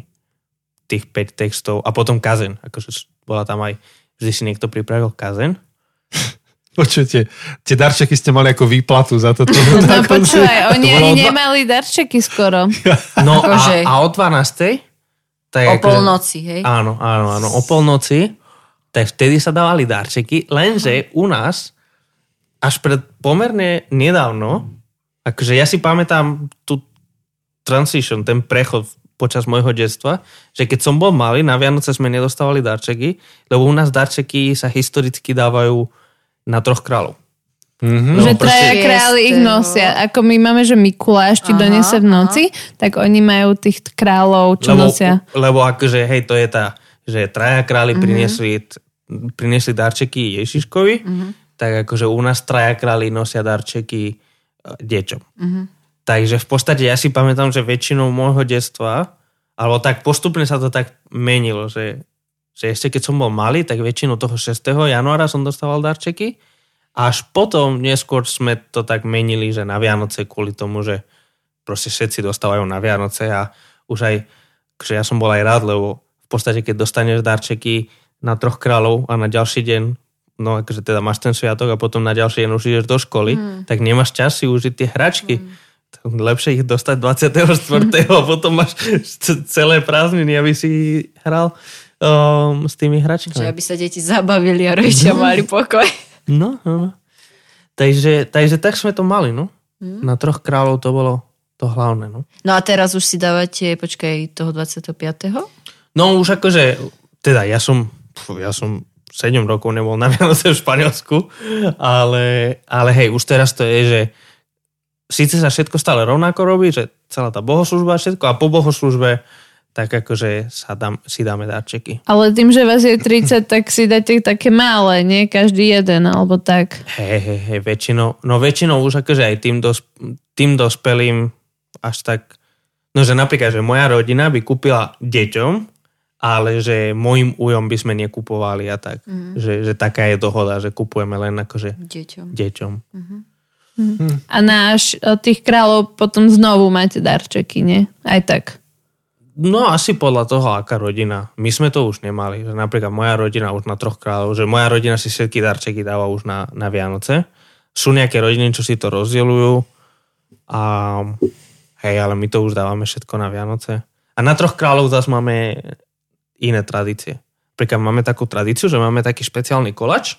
tých 5 textov a potom kazen. Akože bola tam aj, vždy si niekto pripravil kazen. Počujete, tie darčeky ste mali ako výplatu za toto. No Na konci. počúvaj, oni To bolo ani dva- nemali darčeky skoro. No Akože- a, a o 12. Tak O akože- polnoci, hej? Áno, áno, áno. O polnoci, tak vtedy sa dávali darčeky, lenže u nás až pred pomerne nedávno, akože ja si pamätám tú transition, ten prechod počas môjho detstva, že keď som bol malý, na Vianoce sme nedostávali darčeky, lebo u nás darčeky sa historicky dávajú na troch kráľov. Mhm. No, že proste- traja králi ich Jestevo. nosia. Ako my máme, že Mikuláš ti Aha, donese v noci, tak oni majú tých kráľov, čo lebo, nosia. Mhm. Lebo akože, hej, to je tá, že traja králi mm-hmm. priniesli, t- priniesli darčeky Ježiškovi, Mhm. mm-hmm. tak akože u nás traja králi nosia darčeky e, deťom. Mhm. Mm-hmm. Takže v podstate ja si pamätám, že väčšinou môjho detstva, alebo tak postupne sa to tak menilo, že, že ešte keď som bol malý, tak väčšinu toho 6. januára som dostával darčeky a až potom neskôr sme to tak menili, že na Vianoce kvôli tomu, že proste všetci dostávajú na Vianoce a už aj, že ja som bol aj rád, lebo v podstate, keď dostaneš darčeky na troch kráľov a na ďalší deň, no akože teda máš ten sviatok a potom na ďalší deň už ideš do školy, mm. tak nemáš čas si užiť tie hračky. Mm. Lepšie ich dostať 24. a potom máš c- celé prázdniny, aby si hral um, s tými hračkami. Že aby sa deti zabavili a rodičia mali pokoj. No, no, no. Takže, takže tak sme to mali, no. Mm. Na troch kráľov to bolo to hlavné, no. No a teraz už si dávate, počkaj, toho 25. No už akože, teda ja som, pf, ja som 7 rokov nebol na Vianoce v Španielsku, ale, ale hej, už teraz to je, že síce sa všetko stále rovnako robí, že celá tá bohoslužba a všetko a po bohoslužbe tak akože sa dám, si dáme darčeky. Ale tým, že vás je 30, tak si dáte také malé, nie každý jeden, alebo tak. Hej, hej, hej, väčšinou, no väčšinou už akože aj tým, dos, tým dospelým až tak, no že napríklad, že moja rodina by kúpila deťom, ale že mojim újom by sme nekupovali a tak. Mm. Že, že taká je dohoda, že kupujeme len akože Deťom. deťom. A náš tých kráľov potom znovu máte darčeky, nie? Aj tak. No asi podľa toho, aká rodina. My sme to už nemali. Že napríklad moja rodina už na troch kráľov, že moja rodina si všetky darčeky dáva už na, na Vianoce. Sú nejaké rodiny, čo si to rozdielujú. A hej, ale my to už dávame všetko na Vianoce. A na troch kráľov zase máme iné tradície. Napríklad máme takú tradíciu, že máme taký špeciálny kolač,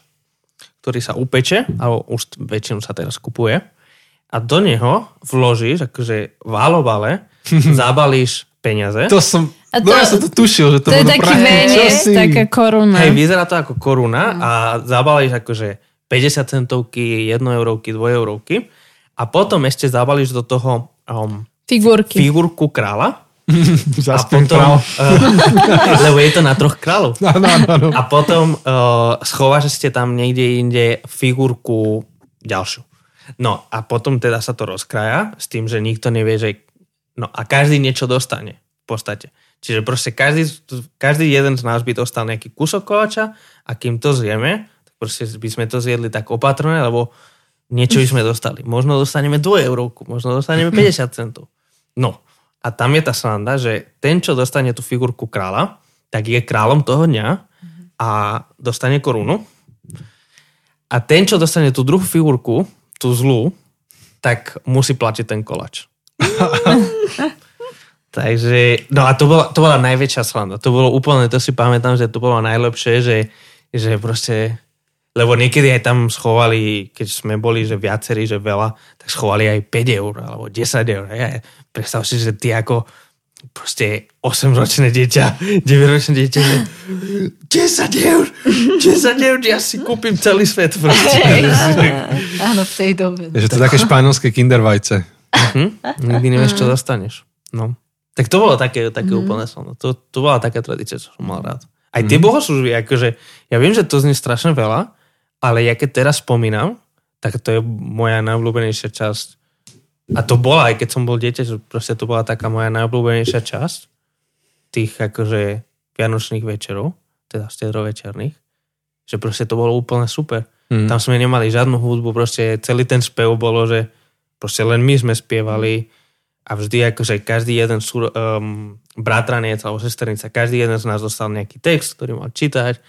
ktorý sa upeče, alebo už väčšinou sa teraz kupuje. A do neho vložíš, akože v alobale, zabalíš peniaze. To som, A no to- ja som to tušil, že to, To je budú taký prachy. Čo veniec, si? taká koruna. Hej, vyzerá to ako koruna a zabalíš akože 50 centovky, 1 eurovky, 2 eurovky a potom ešte zabalíš do toho um, Figurky. figurku kráľa a Zaspím potom, pravo. uh, lebo je to na troch kráľov. No, no, no, no. A potom uh, schováš ste tam niekde inde figurku ďalšiu. No a potom teda sa to rozkraja s tým, že nikto nevie, že... No a každý niečo dostane v podstate. Čiže proste každý, každý jeden z nás by dostal nejaký kúsok koláča a kým to zjeme, tak proste by sme to zjedli tak opatrne, lebo niečo by sme dostali. Možno dostaneme 2 eurovku, možno dostaneme 50 centov. No a tam je tá sranda, že ten, čo dostane tú figurku kráľa, tak je kráľom toho dňa a dostane korunu. A ten, čo dostane tú druhú figurku, tú zlú, tak musí platiť ten kolač. Takže, no a to bola, to bola najväčšia slanda. To bolo úplne, to si pamätám, že to bolo najlepšie, že, že proste, lebo niekedy aj tam schovali, keď sme boli, že viacerí, že veľa, tak schovali aj 5 eur alebo 10 eur. Ja, predstav si, že ty ako proste 8-ročné dieťa, 9-ročné dieťa, že 10 eur, 10 eur, ja si kúpim celý svet proste. Áno, v tej dobe. Je to také španielské kindervajce. Hm? Nikdy nevieš, čo dostaneš. No. Tak to bolo také, také mm. úplne slno. To, to bola taká tradícia, čo som mal rád. Aj tie bohoslužby, akože, ja viem, že to znie strašne veľa, ale ja keď teraz spomínam, tak to je moja najobľúbenejšia časť. A to bola, aj keď som bol dieťa, že proste to bola taká moja najobľúbenejšia časť tých akože vianočných večerov, teda stredovečerných, že proste to bolo úplne super. Mm. Tam sme nemali žiadnu hudbu, proste celý ten spev bolo, že proste len my sme spievali a vždy akože každý jeden súr, um, bratranec alebo sesternica, každý jeden z nás dostal nejaký text, ktorý mal čítať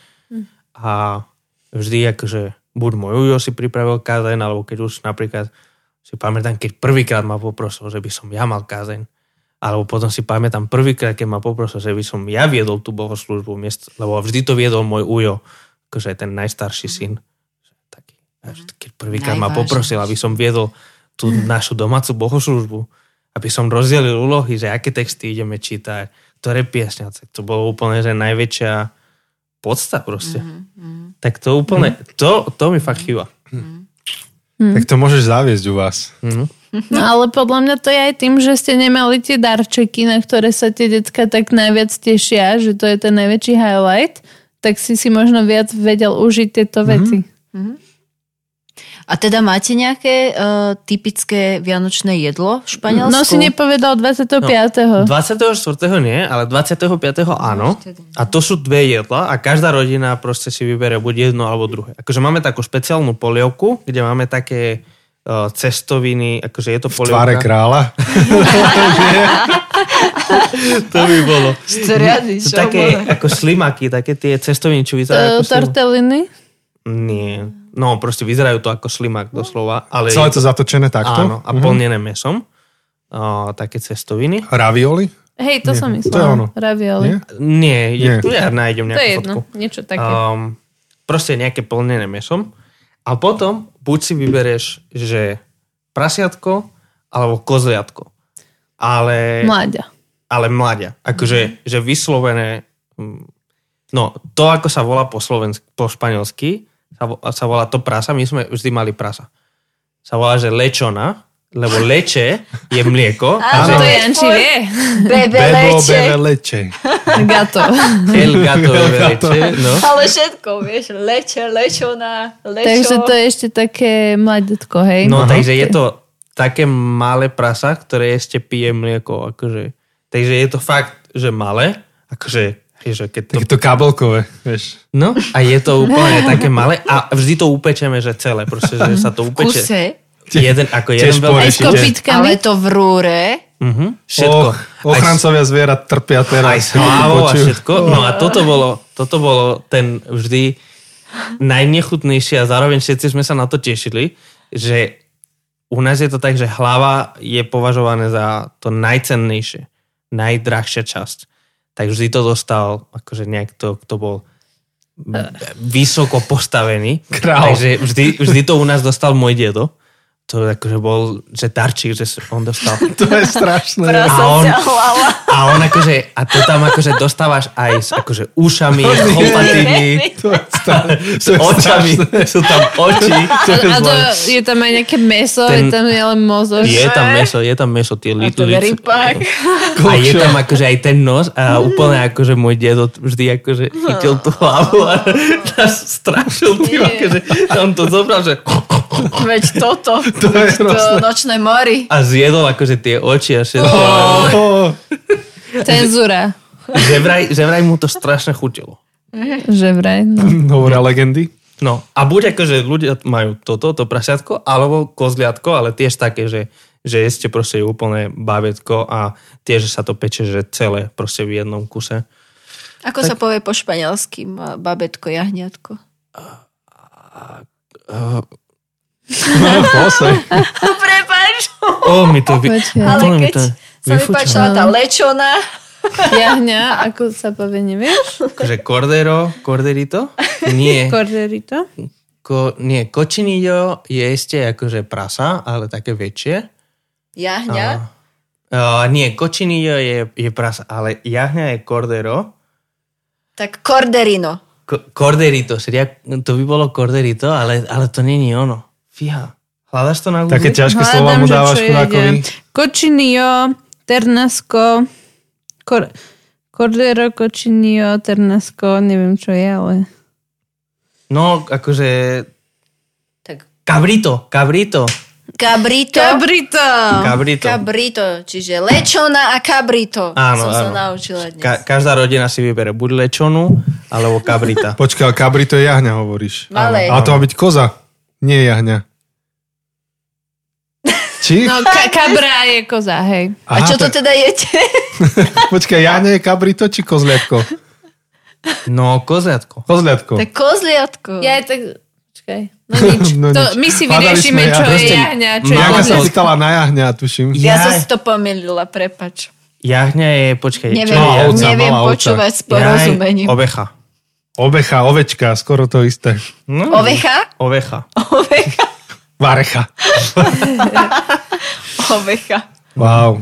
a vždy akože buď môj ujo si pripravil kázeň, alebo keď už napríklad si pamätám, keď prvýkrát ma poprosil, že by som ja mal kázeň, alebo potom si pamätám prvýkrát, keď ma poprosil, že by som ja viedol tú bohoslužbu, miest, lebo vždy to viedol môj ujo, akože ten najstarší syn. Taký. A vždy, keď prvýkrát ma Najvážnejší. poprosil, aby som viedol tú našu domácu bohoslužbu, aby som rozdelil úlohy, že aké texty ideme čítať, ktoré piesňace. To bolo úplne, že najväčšia podsta proste. Mm-hmm. Tak to úplne, to, to mi fakt chýba. Mhm. Tak to môžeš zaviesť u vás. Mhm. No ale podľa mňa to je aj tým, že ste nemali tie darčeky, na ktoré sa tie decka tak najviac tešia, že to je ten najväčší highlight, tak si si možno viac vedel užiť tieto veci. A teda máte nejaké uh, typické vianočné jedlo v Španielsku? No si nepovedal 25. No, 24. nie, ale 25. áno. A to sú dve jedla a každá rodina proste si vybere buď jedno alebo druhé. Akože máme takú špeciálnu polievku, kde máme také eh, cestoviny, akože je to Tváre polievka. kráľa. To by bolo. Storiadni, Sú také ako slimaky, také tie cestoviny, čo vyzerajú To, ako slimak. torteliny? Nie. No, proste vyzerajú to ako slimak No. doslova, ale... Celé to Áno, zatočené takto. Mhm. a plnené mesom. Eh, také cestoviny. Ravioli. Hej, to som to je ono. myslela. Ravioli. Nie? Nie, Nie. je, tu ja nájdem To je nejakú jedno, fotku. niečo také. Um, proste nejaké plnené mesom. A potom buď si vybereš, že prasiatko alebo kozliatko. Ale, Mláďa. ale mladia. Akože že vyslovené... mm, No, to, ako sa volá po, slovensk- po španielsky, sa, vo- sa volá to prasa. My sme vždy mali prasa. Sa volá, že lečona, lebo leče je mlieko. A že to Janči vie. Bebe Bebo, leče. bebe, leče. Gato. El gato je leče. No. Ale všetko, vieš, leče, lečona, lečo. Takže to je ešte také mladetko, hej? No, takže je to také malé prasa, ktoré ešte pije mlieko. Akože. Takže je to fakt, že malé. Akože, že keď to... Také to kabelkové, vieš. No a je to úplne také malé a vždy to upečeme, že celé. Proste, že sa to upeče. kuse. Jeden, ako jeden Tiež Aj veľký. s Ešte. Ale kopitkami. to v rúre. Mhm, všetko. Och, ochrancovia zvierat aj trpia teraz. s hlavou a Počujú. všetko. No a toto bolo, toto bolo ten vždy najnechutnejší a zároveň všetci sme sa na to tešili, že u nás je to tak, že hlava je považované za to najcennejšie, najdrahšia časť. Tak vždy to dostal akože nejak to, kto bol vysoko postavený. Král. Takže vždy, vždy to u nás dostal môj dedo. To akože bol, že tarčík, že on dostal To je strašné. a on, a on akože, a to tam akože dostávaš aj s akože ušami, chlopatými, To je strašné. s očami, sú tam oči. A to je tam aj nejaké meso, Ten- je tam je len mozož. Je tam meso, je tam meso, tie little lips. A je tam akože aj ten nos a úplne akože môj dedo vždy akože chytil tú hlavu a nás strašil tým, akože on to zobral, že Veď toto. To je hrozné. nočné mori. a zjedol akože tie oči a všetko. Oh. Ó, Cenzúra. Že vraj, že vraj mu to strašne chutilo. Že vraj, no. Hovoria legendy. No a buď akože ľudia majú toto, to prasiatko, alebo kozliatko, ale tiež také, že, že jeste proste úplne bavietko a tiež sa to peče, že celé proste v jednom kuse. Ako tak... sa povie po španielsky ma- babetko, jahňatko? Posej. Prepač, O, mi to... Vy... Počkaj. ale úplne mi keď sa mi vyfučalo. páčila tá lečona, Jahňa, ako sa povie, nevieš? Akože cordero, corderito? Nie. Corderito. Ko, nie, kočinillo je ešte akože prasa, ale také väčšie. jahňa, A- Uh, nie, kočinillo je, je prasa, ale jahňa je cordero. tak korderino. Ko, corderito, seria, to by bolo corderito, ale, ale to není ono. Fíha. Hľadaš to na Google? Mhm. Také ťažké slova Hľadám, mu No, že dávaš čo chudákovi. jede. Kočinio, Ternasko, kor, Cordero, Kočinio, Ternasko, neviem čo je, ale... No, akože... Tak Cabrito, cabrito. kabrito. Cabrito! No, Cabrito. Kabrito, čiže lečona a kabrito. Áno, som sa áno. naučila dnes. Ka- každá rodina si vybere buď lečonu, alebo cabrita. Počkaj, ale kabri to je jahňa, hovoríš. Malé. Ale to má byť koza, nie jahňa. Či? No, ka- kabra je koza, hej. A čo to teda jete? Počkaj, jahňa je kabrito či kozliatko? No, koziatko. Kozliatko. Tak kozliatko. Ja je tak... Počkaj. No nič. No To, nič. my si Hľadali vyriešime, sme čo je jahňa. jahňa, čo je Mama Jahňa No, sa kozliatko. pýtala na jahňa, tuším. Ja Jaj. som si to pomýlila, prepač. Jahňa je, počkaj, Neviem, čo je Malá jahňa? ovca, neviem malá ovca. počúvať s Jaj, porozumením. Ovecha. Obecha, ovečka, skoro to isté. No, Ovecha? Ovecha. Ovecha. Varecha. Ovecha. Wow.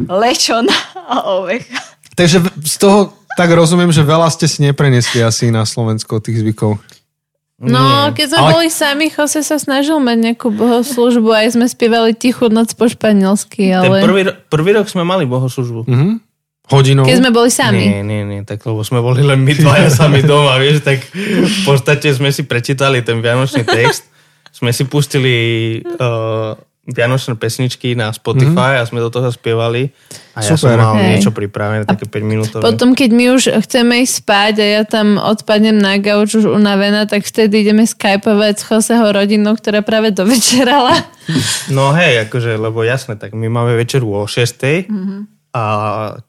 Lečona a ovecha. Takže v- z toho tak rozumiem, že veľa ste si neprenesli asi na Slovensko tých zvykov. No, keď sme Ale- boli sami, Jose sa snažil mať nejakú bohoslužbu, aj sme spievali Tichú noc po španielsky, Ten ale... prvý, ro- prvý rok sme mali bohoslužbu. Mhm. Hodinou. Keď sme boli sami. Nie, nie, nie, tak lebo sme boli len my dvaja sami doma, vieš, tak v podstate sme si prečítali ten vianočný text, sme si pustili uh, vianočné pesničky na Spotify mm-hmm. a sme do toho spievali a ja som Super. mal Mhm. Hej. niečo pripravené, také 5 minútové. Potom, keď my už chceme ísť spať a ja tam odpadnem na gauč už unavená, tak vtedy ideme skypovať s Joseho rodinou, ktorá práve dovečerala. No hej, akože, lebo jasné, tak my máme večeru o 6 Mhm. mm-hmm. a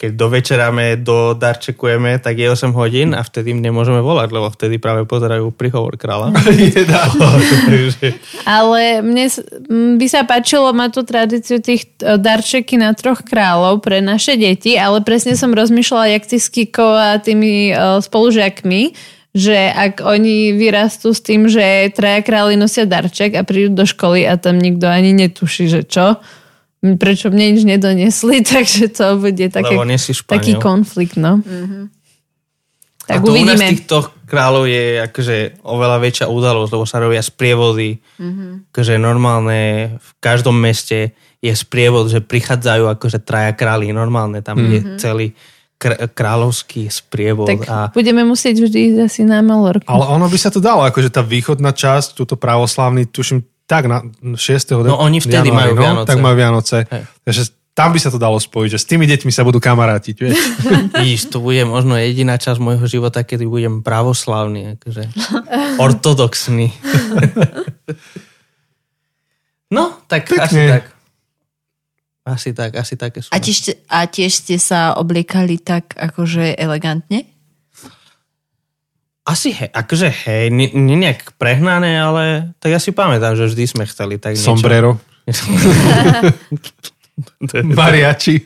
keď dovečeráme, dodarčekujeme, tak je 8 hodín a vtedy im nemôžeme volať, lebo vtedy práve pozerajú príhovor kráľa. Jedá. Takže- Ale mne s- m, by sa páčilo mať tú tradíciu tých e, darčeky na troch kráľov pre naše deti, ale presne som rozmýšľala, jak ty s Kikou a tými e, spolužiakmi, že ak oni vyrastú s tým, že traja králi nosia darček a prídu do školy a tam nikto ani netuší, že čo, m, prečo mne nič nedonesli, takže to bude také, Lebo nie si Španiel. taký konflikt. No. Mm-hmm. Tak a to u nás uvidíme. týchto kráľov je akože oveľa väčšia udalosť, lebo sa robia sprievody. Mhm. Mm-hmm. Akože normálne v každom meste je sprievod, že prichádzajú akože traja králi. Normálne tam mm-hmm. je celý kr- kráľovský sprievod. Mhm. Tak a budeme musieť vždy ísť asi na malorku. Ale ono by sa to dalo, akože tá východná časť, túto pravoslavný, tuším, tak na mm, 6. No, oni vtedy majú Vianoce. Tak majú Vianoce. Hej. Takže tam by sa to dalo spojiť, že s tými deťmi sa budú kamarátiť, vieš. Vidíš, to bude možno jediná časť môjho života, kedy budem pravoslavný, akože ortodoxný. No, tak Pekne. asi tak. Asi tak, asi také sú. A tiež, a tiež ste sa obliekali tak akože elegantne? Asi hej, akože hej, nie, nie nejak prehnané, ale tak ja si pamätám, že vždy sme chceli tak niečo. Sombrero. Bariači.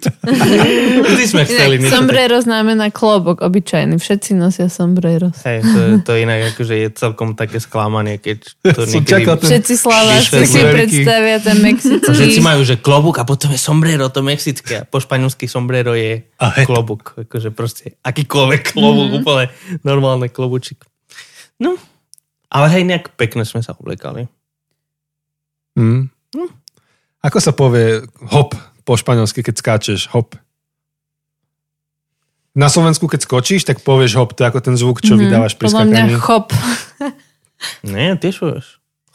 vždy sme chceli niečo. také- Sombrero znamená klobok, obyčajný. Všetci nosia sombreros. Hej, to, to inak akože je celkom také sklamanie, keď to Som niekedy... čakal ten- Všetci slaváci Hm. Všetci si veľký. predstavia ten To všetci mexický. majú, že klobúk a potom je sombrero, to mexické. A po španielsky sombrero je A het. klobúk. Akože proste akýkoľvek klobúk, mm. úplne normálny klobúčik. No, ale hej, nejak pekne sme sa oblekali. Mm. Ako sa povie hop po španielsky, keď skáčeš? Hop. Na Slovensku, keď skočíš, tak povieš hop, to je ako ten zvuk, Mhm. čo vydávaš pri Podľa mňa skákaní. chop. Nie, tiež povieš.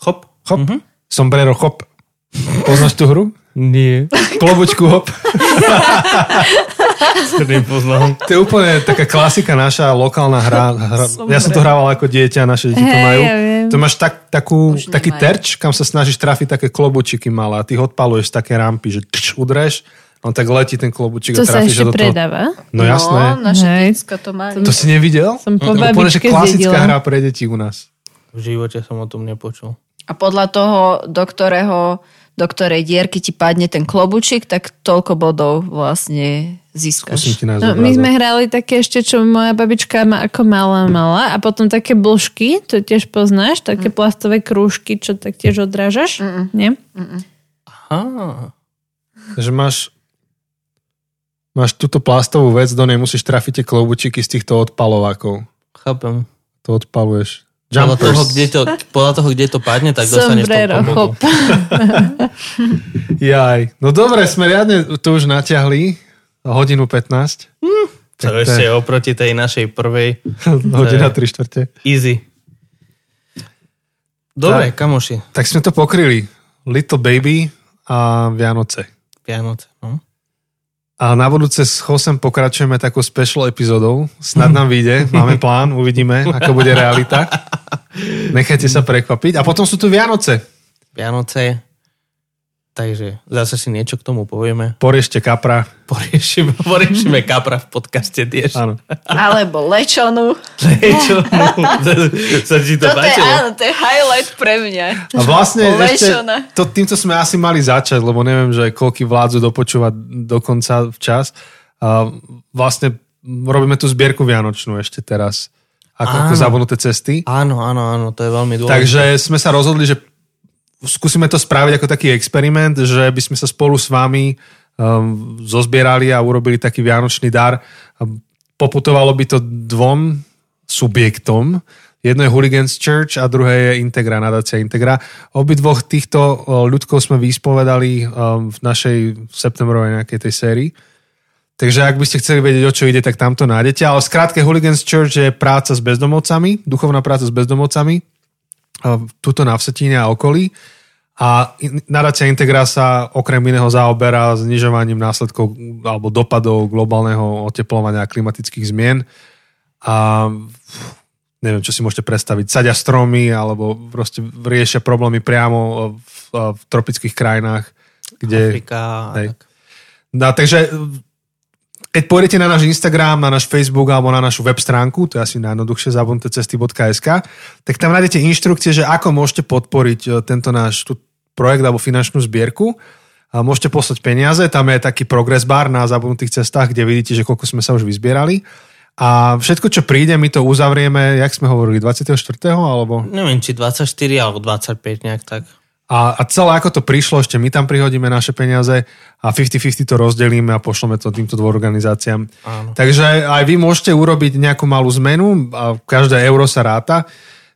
Chop. Hop. Mhm. Sombrero hop. Poznáš tú hru? Nie. Klobučku hop. Nepoznám. To je úplne taká klasika naša lokálna hra. hra. Ja som to hrával ako dieťa, naše deti to Hej, majú. ja viem. to máš tak, takú, Už taký nemajú. terč, kam sa snažíš trafiť také klobučiky malé a ty ho odpaluješ z také rampy, že tč, udreš, on tak letí ten klobučík a To sa trafíš ešte ho do toho. predáva. No jasné. No, naše Hej. decka to má. To si nevidel? Som po To je úplne, že babičke klasická zjedila. hra pre deti u nás. V živote som o tom nepočul. A podľa toho, do ktorého do ktorej dierky ti padne ten klobučík, tak toľko bodov vlastne Musím získaš. ti nájsť No, my obrázok. sme hrali také ešte, čo moja babička ma ako malá mala a potom také blžky, to tiež poznáš, také plastové krúžky, čo tak tiež odrážaš, Mm-mm. nie? Aha. že máš máš túto plastovú vec, do nej musíš trafiť tie klobučiky z týchto odpalovákov. Chápem. To odpaluješ. Podľa toho, Jumpers. kde to, podľa toho, kde to padne, tak dostaneš to Sombrero, hop. Jaj. No dobre, sme riadne to už natiahli. Hodinu To 15. Tak to ešte oproti tej našej prvej. Hodina Eh. 3 štvrte. Easy. Dobre, kamoši. Tak sme to pokryli. Little Baby a Vianoce. Vianoce. No. A na budúce s Chosem pokračujeme takou special epizódou. Snad nám vyjde, máme plán, uvidíme, ako bude realita. Nechajte sa prekvapiť. A potom sú tu Vianoce. Vianoce. Takže zase si niečo k tomu povieme. Poriešte kapra. Poriešime, poriešime kapra v podcaste tiež. Áno. Alebo lečonu. Niečo mu- sa ti to Toto je, páčilo. áno, to je highlight pre mňa. A vlastne ešte, Olejšona. to, týmto sme asi mali začať, lebo neviem, že koľky vládzu dopočúvať dokonca včas. A vlastne robíme tú zbierku Vianočnú ešte teraz. Ako, ako Áno. zabudnuté cesty. Áno, áno, áno, to je veľmi dôležité. Takže sme sa rozhodli, že skúsime to spraviť ako taký experiment, že by sme sa spolu s vami um, zozbierali a urobili taký vianočný dar. A Poputovalo by to dvom subjektom. Jedno je Hooligans Church a druhé je Integra, nadácia Integra. Obidvoch týchto o, ľudkov sme vyspovedali um, v našej septembrovej nejakej tej sérii. Takže ak by ste chceli vedieť, o čo ide, tak tam to nájdete. Ale v skrátke Hooligans Church je práca s bezdomovcami, duchovná práca s bezdomovcami tuto na Vsetíne a okolí. A in- nadácia Integra sa okrem iného zaoberá znižovaním následkov alebo dopadov globálneho oteplovania a klimatických zmien. A pff, neviem, čo si môžete predstaviť. Sadia stromy alebo proste riešia problémy priamo v, v tropických krajinách, kde... Afrika. a Hej. tak. No, takže keď pôjdete na náš Instagram, na náš Facebook alebo na našu web stránku, to je asi najjednoduchšie zabuntecesty.sk, tak tam nájdete inštrukcie, že ako môžete podporiť e, tento náš tu, projekt alebo finančnú zbierku. A môžete poslať peniaze, tam je taký progress bar na zabudnutých cestách, kde vidíte, že koľko sme sa už vyzbierali. A všetko, čo príde, my to uzavrieme, jak sme hovorili, 24. alebo... Neviem, či 24 alebo 25 nejak tak. A, a celé ako to prišlo, ešte my tam prihodíme naše peniaze a 50-50 to rozdelíme a pošleme to týmto dvom organizáciám. Áno. Takže aj vy môžete urobiť nejakú malú zmenu a každé euro sa ráta,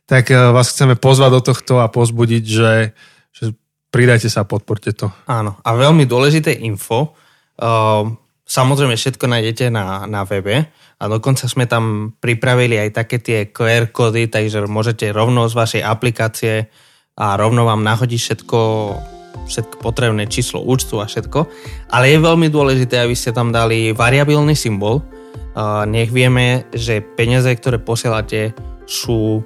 tak e, vás chceme pozvať do tohto a pozbudiť, že, že pridajte sa a podporte to. Áno. A veľmi dôležité info. Ehm, Samozrejme, všetko nájdete na, na webe a dokonca sme tam pripravili aj také tie QR kódy, takže môžete rovno z vašej aplikácie a rovno vám nahodiť všetko, všetko potrebné číslo účtu a všetko. Ale je veľmi dôležité, aby ste tam dali variabilný symbol. Ehm, Nech vieme, že peniaze, ktoré posielate, sú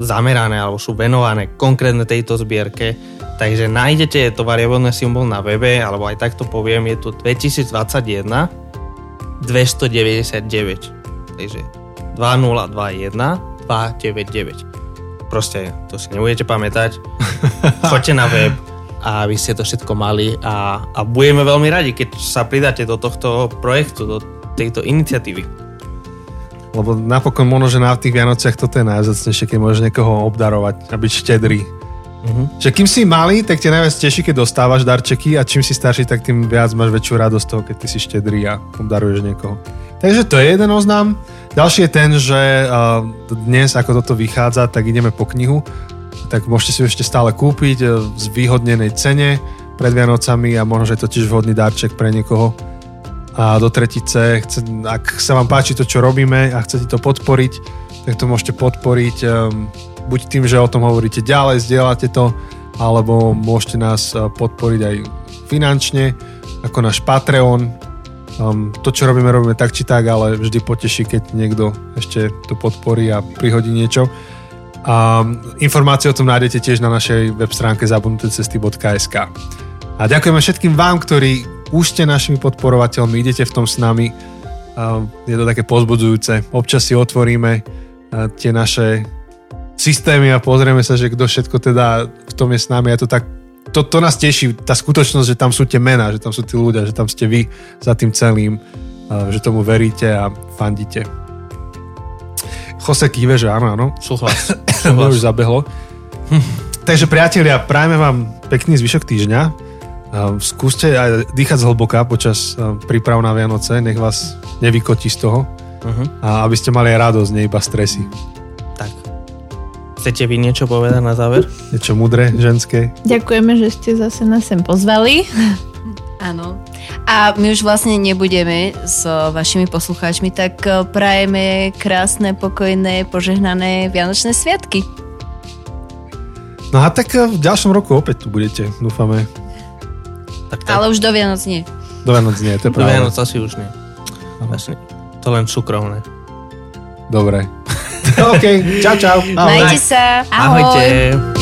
zamerané alebo sú venované konkrétne tejto zbierke. Takže nájdete to variabilné symbol na webe, alebo aj takto poviem, je to 2021 299. Takže 2021 299. Proste to si nebudete pamätať. Choďte na web a aby ste to všetko mali a, a budeme veľmi radi, keď sa pridáte do tohto projektu, do tejto iniciatívy. Lebo napokon možno, že na tých Vianociach toto je najzacnejšie, keď môžeš niekoho obdarovať a byť štedrý. Že kým si malý, tak ťa najviac teší, keď dostávaš darčeky a čím si starší, tak tým viac máš väčšiu radosť toho, keď ty si štedrý a obdaruješ niekoho. Takže to je jeden oznám. Ďalší je ten, že uh, dnes, ako toto vychádza, tak ideme po knihu. Tak môžete si ju ešte stále kúpiť uh, v zvýhodnenej cene pred Vianocami a možno, že je to tiež vhodný darček pre niekoho. A do tretice, chce, ak sa vám páči to, čo robíme a chcete to podporiť, tak to môžete podporiť um, buď tým, že o tom hovoríte ďalej, zdieľate to, alebo môžete nás eh, podporiť aj finančne, ako náš Patreon, eh, Um, to, čo robíme, robíme tak či tak, ale vždy poteší, keď niekto ešte to podporí a prihodí niečo. A informácie o tom nájdete tiež na našej web stránke zabudnutecesty.sk A ďakujeme všetkým vám, ktorí už ste našimi podporovateľmi, idete v tom s nami. A Je to také pozbudzujúce. Občas si otvoríme a, tie naše systémy a pozrieme sa, že kto všetko teda v tom je s nami. A to tak to, to nás teší, tá skutočnosť, že tam sú tie mená, že tam sú tí ľudia, že tam ste vy za tým celým, a, že tomu veríte a fandíte. Jose kýve, že áno, áno. Súhlas. Mne Súhlas. už zabehlo. Takže priatelia, prajme vám pekný zvyšok týždňa. Ehm, Skúste aj dýchať zhlboka počas ehm, príprav na Vianoce, nech vás nevykotí z toho Mhm. a aby ste mali aj radosť, nie iba stresy. Tak. Chcete vy niečo povedať na záver? Niečo mudré, ženské. Ďakujeme, že ste zase nás sem pozvali. Áno. A my už vlastne nebudeme s eh, vašimi poslucháčmi, tak eh, prajeme krásne, pokojné, požehnané Vianočné sviatky. No a tak e, v ďalšom roku opäť tu budete, dúfame. Tak, tak. Ale už do Vianoc nie. Do Vianoc nie, to je Do pravda. Vianoc no asi už nie. Vlastne. To len súkromné. Dobre. OK, čau, čau. Ahoj. Majte sa. Ahoj. Ahojte.